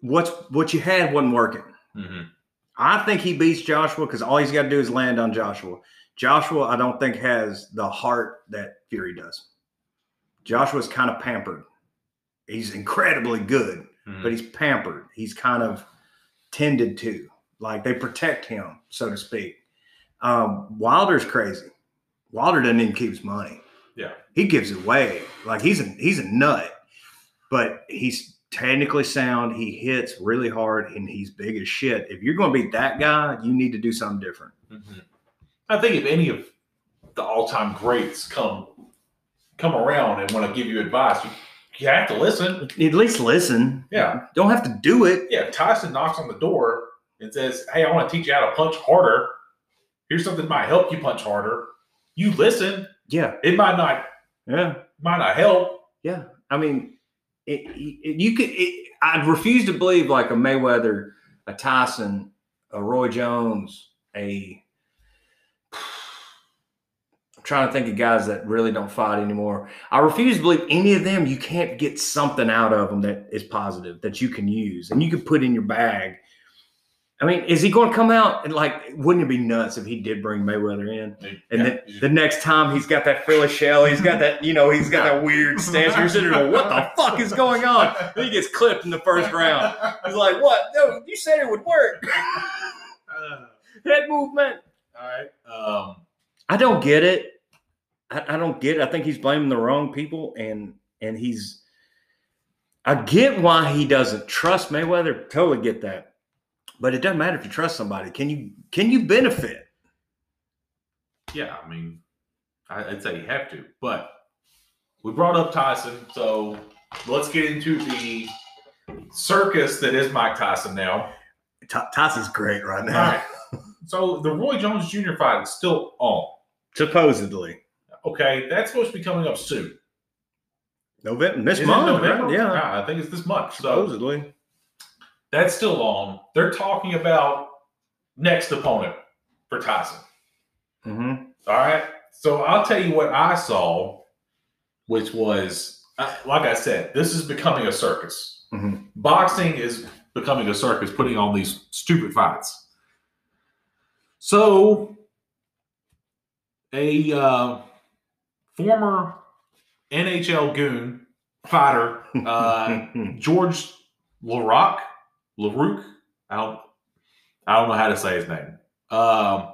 S2: what's what you had wasn't working.
S1: Mm-hmm.
S2: I think he beats Joshua because all he's got to do is land on Joshua. Joshua, I don't think has the heart that Fury does. Joshua's kind of pampered. He's incredibly good,
S1: Mm-hmm.
S2: but he's pampered. He's kind of tended to, like they protect him, so to speak. Um, Wilder's crazy. Wilder doesn't even keep his money.
S1: Yeah.
S2: he gives it away. Like he's a he's a nut, but he's technically sound. He hits really hard, and he's big as shit. If you're going to be that guy, you need to do something different.
S1: Mhm. I think if any of the all-time greats come come around and want to give you advice, you, you have to listen.
S2: At least listen.
S1: Yeah,
S2: Don't have to do it.
S1: yeah. If Tyson knocks on the door and says, "Hey, I want to teach you how to punch harder. Here's something that might help you punch harder." You listen.
S2: Yeah,
S1: It might not
S2: yeah,
S1: might not help.
S2: yeah. I mean, it, it, you could. It, I refuse to believe like a Mayweather, a Tyson, a Roy Jones, a. I'm trying to think of guys that really don't fight anymore. I refuse to believe any of them. You can't get something out of them that is positive that you can use and you can put in your bag. I mean, is he going to come out and like? Wouldn't it be nuts if he did bring Mayweather in?
S1: And
S2: And then the next time he's got that Phyllis shell, he's got that, you know, he's got that weird stance. You're sitting there, what the fuck is going on?
S1: *laughs*
S2: Then he gets clipped in the first round. He's like, what? No, you said it would work. Head movement.
S1: all right. Um,
S2: I don't get it. I, I don't get it. I think he's blaming the wrong people and and he's I get why he doesn't trust Mayweather. Totally get that. But it doesn't matter if you trust somebody. Can you can you benefit?
S1: yeah, I mean, I, I'd say you have to. But we brought up Tyson, so let's get into the circus that is Mike Tyson now.
S2: Ty- Tyson's great right
S1: All
S2: *laughs*
S1: right. So the Roy Jones Jr. fight is still on.
S2: Supposedly.
S1: Okay, that's supposed to be coming up soon.
S2: November this
S1: Is it
S2: month, right?
S1: November?
S2: Yeah.
S1: I think it's this month. So
S2: Supposedly.
S1: that's still on. They're talking about next opponent for Tyson.
S2: Mm-hmm.
S1: All right. So I'll tell you what I saw, which was, I- like I said, this is becoming a circus.
S2: Mhm.
S1: Boxing is becoming a circus, putting on these stupid fights. So, a uh, former NHL goon fighter,
S2: *laughs* Mm-hmm.
S1: uh, George LaRock, LaRook, I don't, I don't know how to say his name. Um,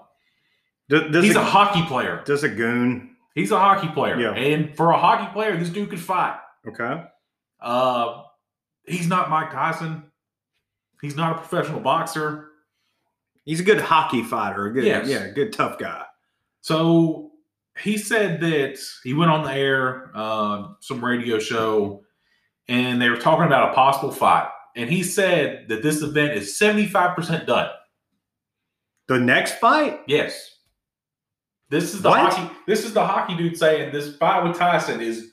S2: Does, does
S1: he's
S2: a,
S1: a hockey player.
S2: *laughs* does a goon?
S1: He's a hockey player,
S2: Yeah.
S1: and for a hockey player, this dude could fight.
S2: Okay.
S1: Uh, he's not Mike Tyson. He's not a professional boxer.
S2: He's a good hockey fighter. A good,
S1: Yes.
S2: yeah, good tough guy.
S1: So he said that he went on the air, um, some radio show, and they were talking about a possible fight. And he said that this event is 75% done.
S2: The next fight,
S1: Yes. This is the
S2: What?
S1: hockey this is the hockey dude saying this fight with Tyson is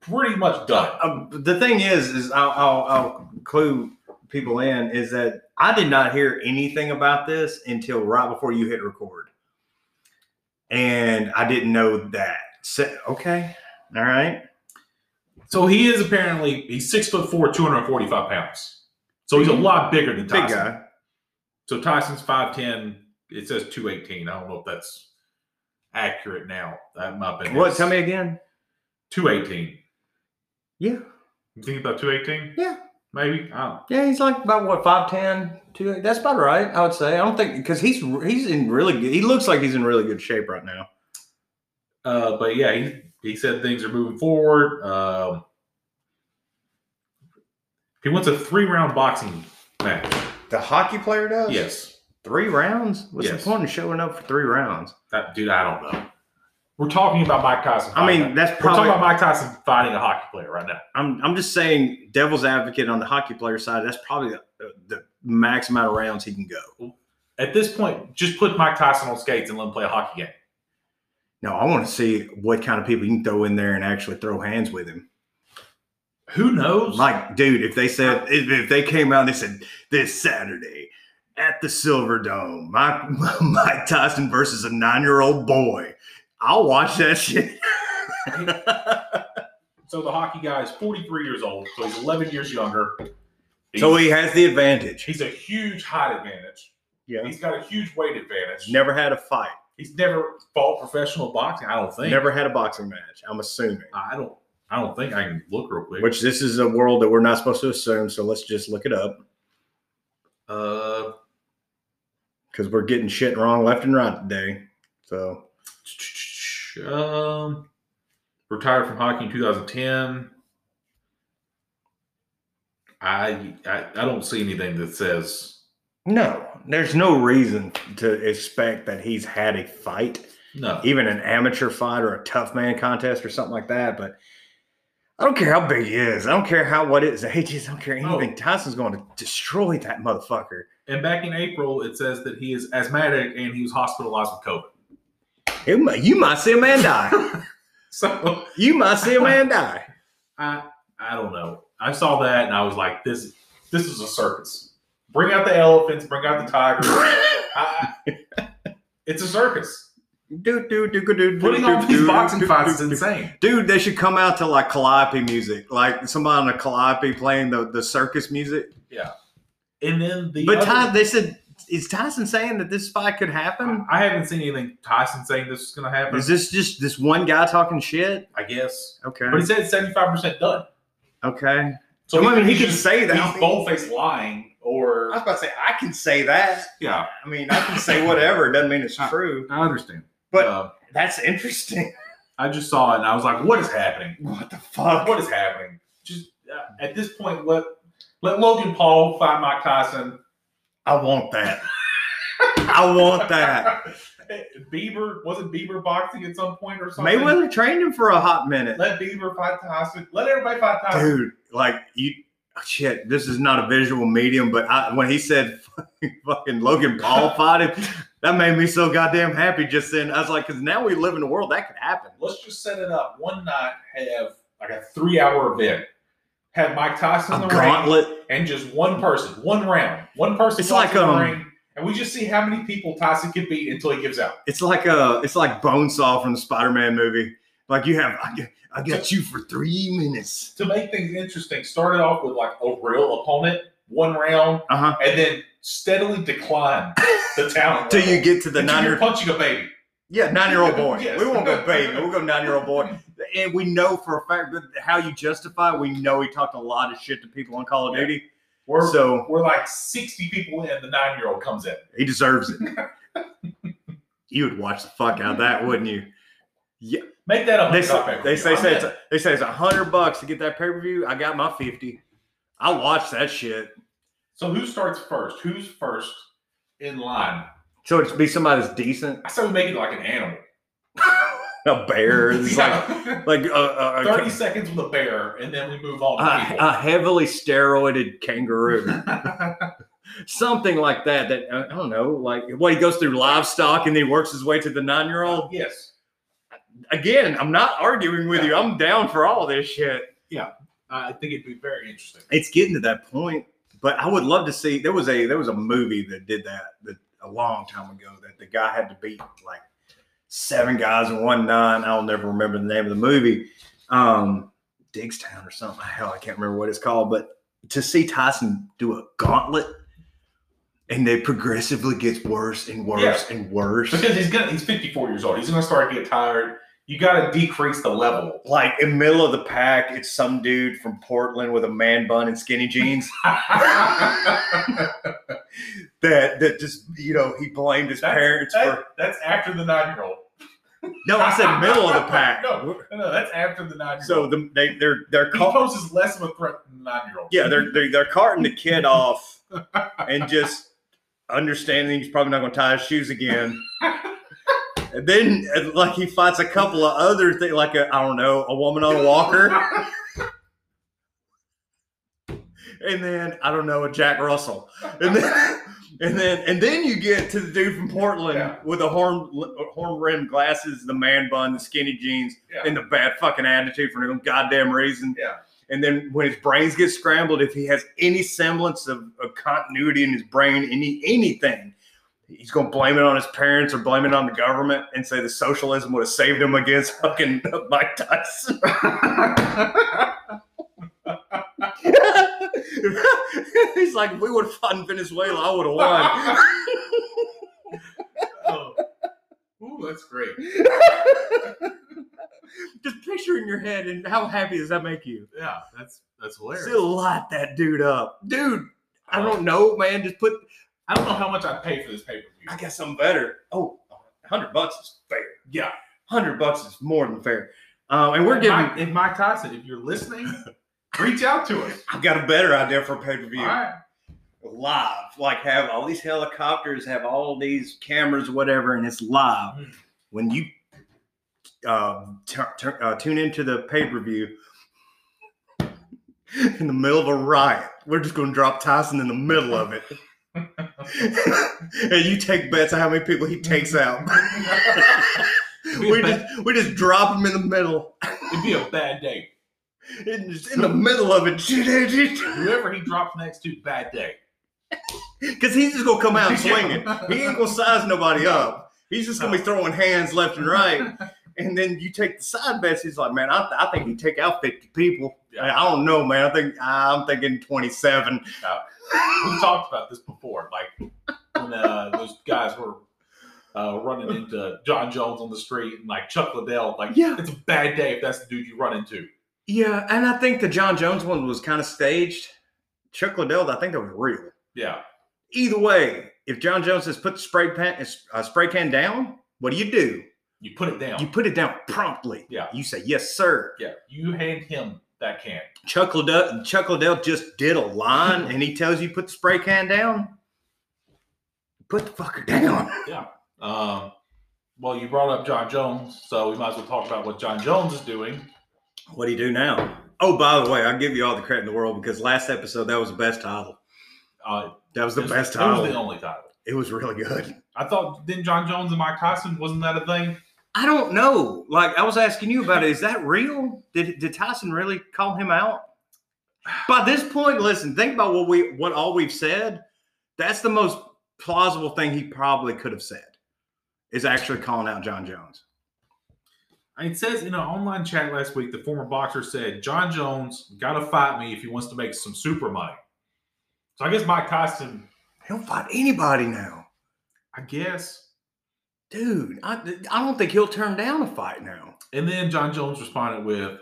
S1: pretty much done.
S2: uh, the thing is, is I'll, I'll, I'll clue people in is that I did not hear anything about this until right before you hit record, and I didn't know that. So, okay, all right.
S1: So he is apparently he's six foot four, 245 pounds. So he's a lot bigger than
S2: Mm-hmm. Big
S1: Tyson.
S2: guy.
S1: So Tyson's 5'10. It says 218. I don't know if that's accurate now. That might have been
S2: What? Tell me again.
S1: 218.
S2: Yeah,
S1: You think about 218?
S2: Yeah.
S1: Maybe. I don't
S2: yeah. He's like about what 5'10", 2 That's about right. I would say. I don't think because he's he's in really good. He looks like he's in really good shape right now.
S1: uh, but yeah, he, he said things are moving forward. Um, he wants a three round boxing match.
S2: The hockey player does.
S1: Yes.
S2: Three rounds? What's
S1: Yes.
S2: the point in showing up for three rounds?
S1: That, dude, I don't know. We're talking about Mike Tyson.
S2: I
S1: fighting-
S2: mean, that's
S1: Uh, we're talking
S2: probably.
S1: about Mike Tyson fighting a hockey player right now.
S2: I'm I'm just saying, devil's advocate on the hockey player side. That's probably the, the max amount of rounds he can go.
S1: At this point, just put Mike Tyson on skates and let him play a hockey game.
S2: No, I want to see what kind of people you can throw in there and actually throw hands with him.
S1: Who knows?
S2: Like, dude, if they said if, if they came out and they said this Saturday at the Silver Dome, Mike *laughs* Mike Tyson versus a nine year old boy, I'll watch that *laughs* shit.
S1: So the hockey guy is 43 years old, so he's 11 years younger.
S2: so he has the advantage.
S1: he's a huge height advantage.
S2: Yeah,
S1: He's got a huge weight advantage.
S2: never had a fight.
S1: He's never fought professional boxing. I don't think.
S2: Never had a boxing match, I'm assuming.
S1: I don't. I don't think I can look real quick.
S2: Which this is a world that we're not supposed to assume, so let's just look it up
S1: uh,
S2: because we're getting shit wrong left and right today. So
S1: um, retired from hockey in 2010. I, I I don't see anything that says
S2: no, there's no reason to expect that he's had a fight,
S1: no.
S2: even an amateur fight or a tough man contest or something like that. But I don't care how big he is. I don't care how what his age is. I don't care anything.
S1: Oh.
S2: Tyson's going to destroy that motherfucker.
S1: And back in April, it says that he is asthmatic and he was hospitalized with COVID. *laughs*
S2: It mi- you might see a man die.
S1: So
S2: you might see
S1: *laughs*
S2: a man die.
S1: I I don't know. I saw that and I was like, this this is a circus. Bring out the elephants, bring out the *laughs* tigers. I, it's a circus.
S2: Do do do do do.
S1: Putting
S2: do,
S1: on
S2: do,
S1: these boxing
S2: do,
S1: fights is
S2: do, do.
S1: insane.
S2: Dude, they should come out to like calliope music, like somebody on a calliope playing the, the circus music.
S1: And then the
S2: But
S1: other-
S2: Ty, they said, is Tyson saying that this fight could happen?
S1: I haven't seen anything Tyson saying this is gonna happen.
S2: Is this just this one guy talking shit?
S1: I guess.
S2: Okay,
S1: But he said seventy five percent done.
S2: okay.
S1: So
S2: I mean, he
S1: he's
S2: can
S1: just-
S2: say that.
S1: He's boldface lying
S2: I
S1: or
S2: was about to say I can say that.
S1: yeah.
S2: I mean, I can say whatever. It doesn't mean it's
S1: Uh,
S2: true.
S1: I understand.
S2: But-
S1: Uh,
S2: That's interesting.
S1: I just saw it and I was like, what is happening?
S2: *laughs* What the fuck?
S1: what is happening? Just uh, at this point, let let Logan Paul fight Mike Tyson.
S2: I want *laughs* that. I want that.
S1: *laughs* Bieber wasn't Bieber boxing at some point or something.
S2: Mayweather trained him for a hot minute.
S1: Let Bieber fight Tyson. Let everybody fight Tyson.
S2: dude like you oh, shit this is not a visual medium but I, when he said *laughs* fucking, fucking logan *laughs* paul fought him that made me so goddamn happy just then i was like because now we live in a world that could happen
S1: Let's just set it up one night. Have like a three-hour event. Have Mike Tyson in
S2: a
S1: the ring
S2: gauntlet
S1: and just one person, one round, one person.
S2: It's
S1: walks
S2: like,
S1: in the
S2: um,
S1: ring, and we just see how many people Tyson can beat until he gives out.
S2: it's like a it's like bonesaw from the spider-man movie like you have i, got- I got you for three minutes
S1: to make things interesting, started off with like a real opponent, one round,
S2: Uh-huh.
S1: and then steadily declined
S2: *laughs*
S1: the talent.
S2: till you get to the
S1: the nine. You're
S2: nine-year
S1: punching a baby.
S2: yeah nine-year-old boy
S1: *laughs* Yes.
S2: we won't go baby we'll go nine-year-old boy and we know for a fact that how you justify it, we know he talked a lot of shit to people on call of
S1: Yeah.
S2: duty
S1: We're
S2: so
S1: we're like sixty people in. The nine year old comes in.
S2: he deserves it. *laughs* you would watch the fuck out of that, wouldn't
S1: *laughs*
S2: you?
S1: Make that up.
S2: They
S1: Doc
S2: say
S1: Pepper.
S2: they say,
S1: I'm
S2: say
S1: in.
S2: it's a, they say it's a hundred bucks to get that pay per view. I got my fifty. I watched that shit.
S1: so who starts first? Who's first in line?
S2: So it'd be somebody that's decent,
S1: I say we make it like an animal.
S2: a bear,
S1: *laughs*
S2: it's like
S1: Yeah.
S2: like a, a, a,
S1: Thirty seconds with a bear, and then we move on. To
S2: a,
S1: people.
S2: a heavily
S1: *laughs*
S2: steroided kangaroo, something like that. That uh, I don't know, like what he goes through livestock and then he works his way to the nine year old.
S1: yes,
S2: Again, I'm not arguing with you. I'm down for all this shit.
S1: I think it'd be very interesting.
S2: it's getting to that point. But I would love to see. There was a there was a movie that did that, that a long time ago that the guy had to beat like seven guys in one nine. I'll never remember the name of the movie, um, Digstown or something. *laughs* Hell, I can't remember what it's called. But to see Tyson do a gauntlet, and it progressively gets worse and worse and worse.
S1: Because he's gonna he's fifty four years old. He's gonna start to get tired. You got to decrease the level. *laughs*
S2: Like in middle of the pack, it's some dude from Portland with a man bun and skinny jeans. *laughs*
S1: That-
S2: that that just you know he blamed his
S1: That-
S2: parents for
S1: that's after the nine year old.
S2: no I said middle
S1: *laughs*
S2: of the pack
S1: No, no, no, that's after the nine year old.
S2: so the, they they're they're
S1: he
S2: call,
S1: poses less of a threat than the nine year old.
S2: yeah they're, they're they're carting the
S1: *laughs*
S2: kid off and just understanding he's probably not going to tie his
S1: *laughs*
S2: shoes again and then uh, like he fights a couple of other things like a, I don't know a woman on
S1: *laughs*
S2: a walker and then I don't know a Jack Russell and then. *laughs* And then, and then you get to the dude from Portland
S1: Yeah.
S2: with the horn horn rimmed glasses, the man bun, the skinny jeans,
S1: Yeah.
S2: and the bad fucking attitude for no goddamn reason.
S1: Yeah.
S2: And then when his brains get scrambled, if he has any semblance of, of continuity in his brain, any anything, he's gonna blame it on his parents or blame it on the government and say the socialism would have saved him against fucking *laughs* Mike Tyson. *laughs* he's like, if we would have fought in Venezuela, I would have won.
S1: *laughs* Oh. Ooh, that's great.
S2: Just picture in your head and how happy does that make you?
S1: Yeah, that's that's hilarious.
S2: Still light that dude up. Dude, I don't know, man. Just put
S1: I don't know how much I paid for this pay per
S2: I
S1: view.
S2: got something better. Oh, 100 bucks is fair.
S1: Yeah,
S2: 100 bucks is more than fair. Um, and we're
S1: If Mike-
S2: giving,
S1: if Mike Tyson, if you're
S2: *laughs*
S1: listening, reach out to us.
S2: I've got a better idea for pay per
S1: All
S2: view.
S1: right.
S2: Live. Like have all these helicopters, have all these cameras, whatever, and it's live.
S1: Mm.
S2: When you uh, tu- tu- uh, tune into the pay per view, in the middle of a riot, we're just going to drop Tyson in the middle of it. and you take bets on how many people he takes out.
S1: It'd
S2: we
S1: be a
S2: just we just drop him in the middle,
S1: *laughs* It'd be a bad day.
S2: in, just in the middle of it,
S1: Whoever he drops next to, bad day.
S2: *laughs* because he's just gonna come out swinging. He ain't gonna size nobody up. He's just gonna be throwing hands left and right. And then you take the side bets. He's like, man, I, I think he take out fifty people.
S1: Yeah.
S2: I don't know, man. I think I'm thinking twenty-seven.
S1: we talked about this before, like when uh, those guys were uh, running into John Jones on the street and like Chuck Liddell. Like,
S2: Yeah.
S1: it's a bad day if that's the dude you run into.
S2: Yeah, and I think the John Jones one was kind of staged. Chuck Liddell, I think that was real.
S1: Yeah,
S2: Either way, if John Jones says put the spray pan uh, spray can down, what do you do?
S1: you put it down.
S2: You put it down promptly.
S1: Yeah.
S2: You say yes, sir.
S1: yeah, you hand him that can.
S2: Chuck Liddell, Chuck Liddell just did a line, and he tells you put the spray can down. Put the fucker down.
S1: Um, well, you brought up John Jones, so we might as well talk about what John Jones is doing.
S2: What do you do now? Oh, by the way, I'll give you all the credit in the world because last episode that was the best title.
S1: Uh,
S2: That was the
S1: it was-
S2: best
S1: it was
S2: title.
S1: the only title.
S2: it was really good.
S1: I thought then John Jones and Mike Tyson wasn't that a thing?
S2: I don't know. Like I was asking you about it. Is that real? Did did Tyson really call him out? By this point, listen, think about what we what all we've said. That's the most plausible thing he probably could have said is actually calling out John Jones.
S1: It says in an online chat last week, the former boxer said, John Jones got to fight me if he wants to make some super money. So I guess Mike Tyson,
S2: He'll fight anybody now.
S1: I guess.
S2: Dude, I, I don't think he'll turn down a fight now.
S1: And then John Jones responded with,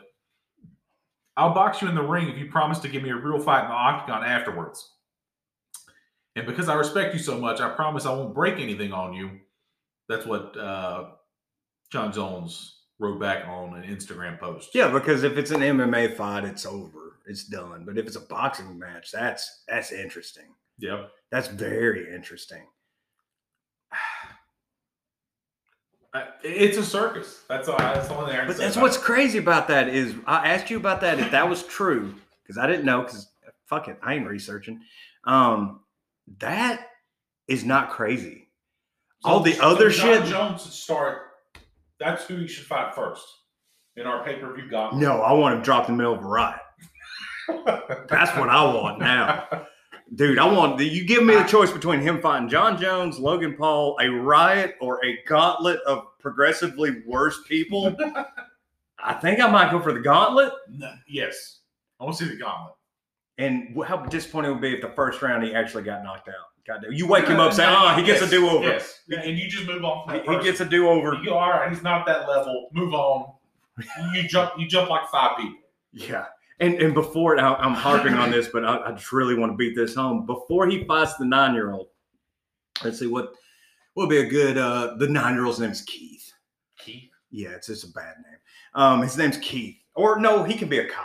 S1: I'll box you in the ring if you promise to give me a real fight in the octagon afterwards. And because I respect you so much, I promise I won't break anything on you. That's what uh, John Jones wrote back on an Instagram post.
S2: Yeah, because if it's an MMA fight, it's over. It's done. But if it's a boxing match, that's that's interesting.
S1: Yep.
S2: That's very interesting.
S1: I- It's a circus. That's all. That's the only thing I can
S2: But
S1: say
S2: that's
S1: about
S2: what's crazy about that is I asked you about that if that was true because I didn't know because fuck it I ain't researching. Um, that is not crazy.
S1: So-
S2: all the
S1: so
S2: other
S1: John
S2: shit-
S1: Jones should start. That's who you should fight first in our pay per view gauntlet.
S2: No, I want him dropped in the middle of a riot. That's what I want now, dude. I want you give me the choice between him fighting John Jones, Logan Paul, a riot, or a gauntlet of progressively worse people. I think I might go for the gauntlet.
S1: No, Yes, I want to see the gauntlet.
S2: And wh- how disappointing it would be if the first round he actually got knocked out. God damn. You wake him up saying, oh, he gets
S1: Yes,
S2: a do over.
S1: Yes, and you just move on. From
S2: He,
S1: that
S2: he
S1: person.
S2: gets a do over.
S1: You go, all right. He's not that level. Move
S2: *laughs*
S1: on. You jump. You jump like five people.
S2: Yeah. And, and before it, I- I'm harping on this, but I, I just really want to beat this home. Before he fights the nine year old, let's see what will be a good. Uh, the nine year old's name's Keith.
S1: Keith.
S2: Yeah, it's just a bad name. Um, his name's Keith. Or no, he can be a Kyle.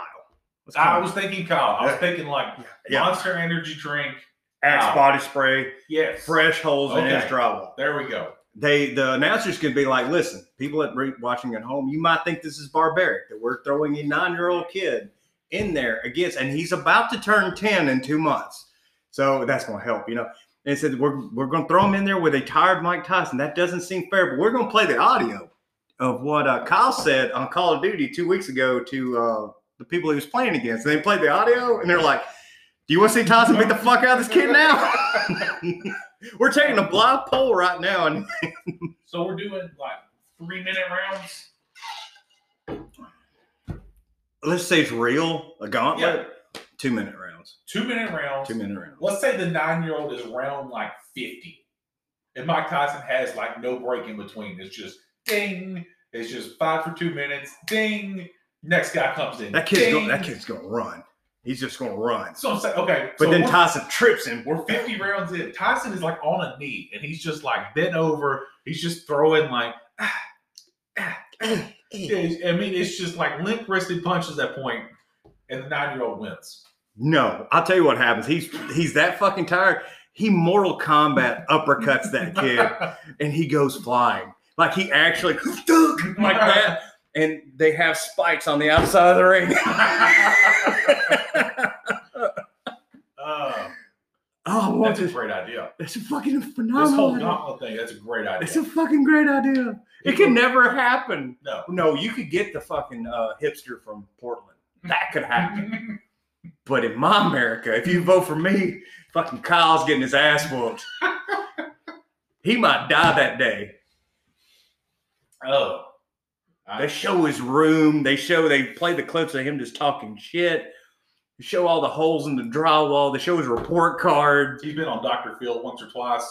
S2: Let's call
S1: I
S2: him-
S1: was thinking Kyle. I was thinking like
S2: yeah, yeah.
S1: Monster Energy drink.
S2: Axe
S1: Kyle.
S2: body spray,
S1: Yes.
S2: fresh holes in his
S1: Okay.
S2: drywall.
S1: There we go.
S2: they the announcers can be like, listen, people at re- watching at home, you might think this is barbaric that we're throwing a nine year old kid in there against, and he's about to turn ten in two months, so that's going to help, you know. And it said we're we're going to throw him in there with a tired Mike Tyson. That doesn't seem fair, but we're going to play the audio of what uh, Kyle said on Call of Duty two weeks ago to uh, the people he was playing against. And they played the audio, and they're like, "Do you want to see Tyson beat the fuck out of this kid now?" *laughs* we're taking a blind poll right now, and
S1: So we're doing like three minute rounds.
S2: let's say it's real, a
S1: Yeah.
S2: gauntlet, two minute rounds,
S1: Two minute rounds.
S2: two minute rounds.
S1: Let's say the nine year old is round like 50, and Mike Tyson has like no break in between. It's just ding. It's just five for two minutes. Ding. Next guy comes in.
S2: That kid's
S1: ding.
S2: going, that kid's gonna run. He's just gonna run.
S1: So I'm saying, okay.
S2: But
S1: so
S2: then
S1: we're,
S2: Tyson trips him.
S1: we're 50 rounds in. Tyson is like on a knee, and he's just like bent over. He's just throwing like,
S2: We're-
S1: I mean, it's just like limp wristed punches at point, and the nine year old wins.
S2: No, I'll tell you what happens. He's he's that fucking tired. He Mortal Kombat
S1: *laughs*
S2: uppercuts that kid and he goes flying. Like he actually like that. And they have spikes on the outside of the
S1: *laughs*
S2: ring. *laughs*
S1: Uh,
S2: oh, I want
S1: that's a
S2: this.
S1: great idea.
S2: That's a fucking phenomenal.
S1: This whole
S2: idea.
S1: gauntlet thing, that's a great idea. *laughs*
S2: It's a fucking great idea. It could never happen.
S1: No.
S2: No, you could get the fucking uh, hipster from Portland. That could happen.
S1: *laughs* I
S2: but in my America, if you vote for me, fucking Kyle's getting his ass whooped. he might die that day.
S1: oh.
S2: They show his room. They show they play the clips of him just talking shit. They show all the holes in the drywall. They show his report card.
S1: *laughs* He's been on Dr. Phil once or twice.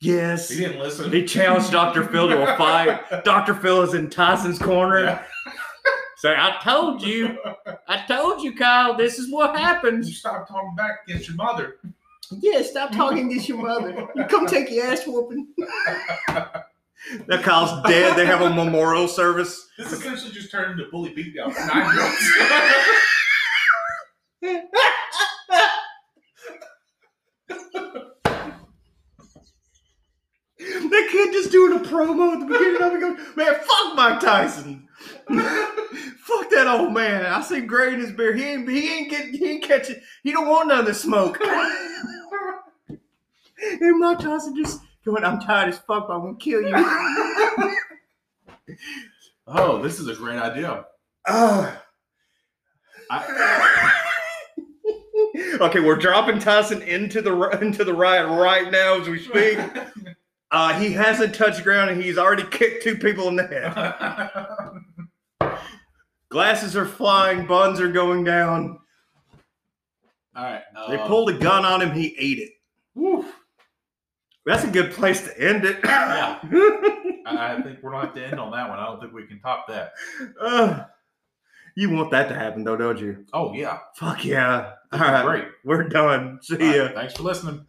S2: Yes.
S1: He didn't listen.
S2: He challenged Dr. Phil to a fight. Dr. Phil is in Tyson's corner.
S1: *laughs* *laughs* Yeah.
S2: So I told you, I told you, Kyle, this is what
S1: You
S2: happens.
S1: stop talking back against your mother.
S2: Yeah, stop talking against your mother. You come take your ass *laughs* whooping. now Kyle's dead. They have a memorial service.
S1: This essentially just turned into bully beatdown for *laughs* nine year olds.
S2: That kid just doing a promo at the beginning of it goes, man, fuck Mike Tyson. *laughs* fuck that old man. I see gray in his beard. He ain't he ain't get he ain't catching he don't want none of the smoke. *laughs* and Mike Tyson just going, I'm tired as fuck, but I'm gonna kill *laughs*
S1: *laughs*
S2: you.
S1: oh, this is a great idea.
S2: Ugh.
S1: I, *laughs*
S2: okay, we're dropping Tyson into the ri- into the riot right now as we speak. Uh, he hasn't touched ground and he's already kicked two people in the head. Glasses are flying, buns are going down.
S1: All right.
S2: They
S1: um,
S2: pulled a gun on him. He ate it.
S1: whew.
S2: That's a good place to end it. *laughs*
S1: Yeah. I, I think we're going to have to end on that one. I don't think we can top that.
S2: Ugh. Uh, You want that to happen though, don't you?
S1: Oh yeah,
S2: Fuck yeah. All
S1: All
S2: right.
S1: great.
S2: We're done. See
S1: All right,
S2: ya.
S1: thanks for listening.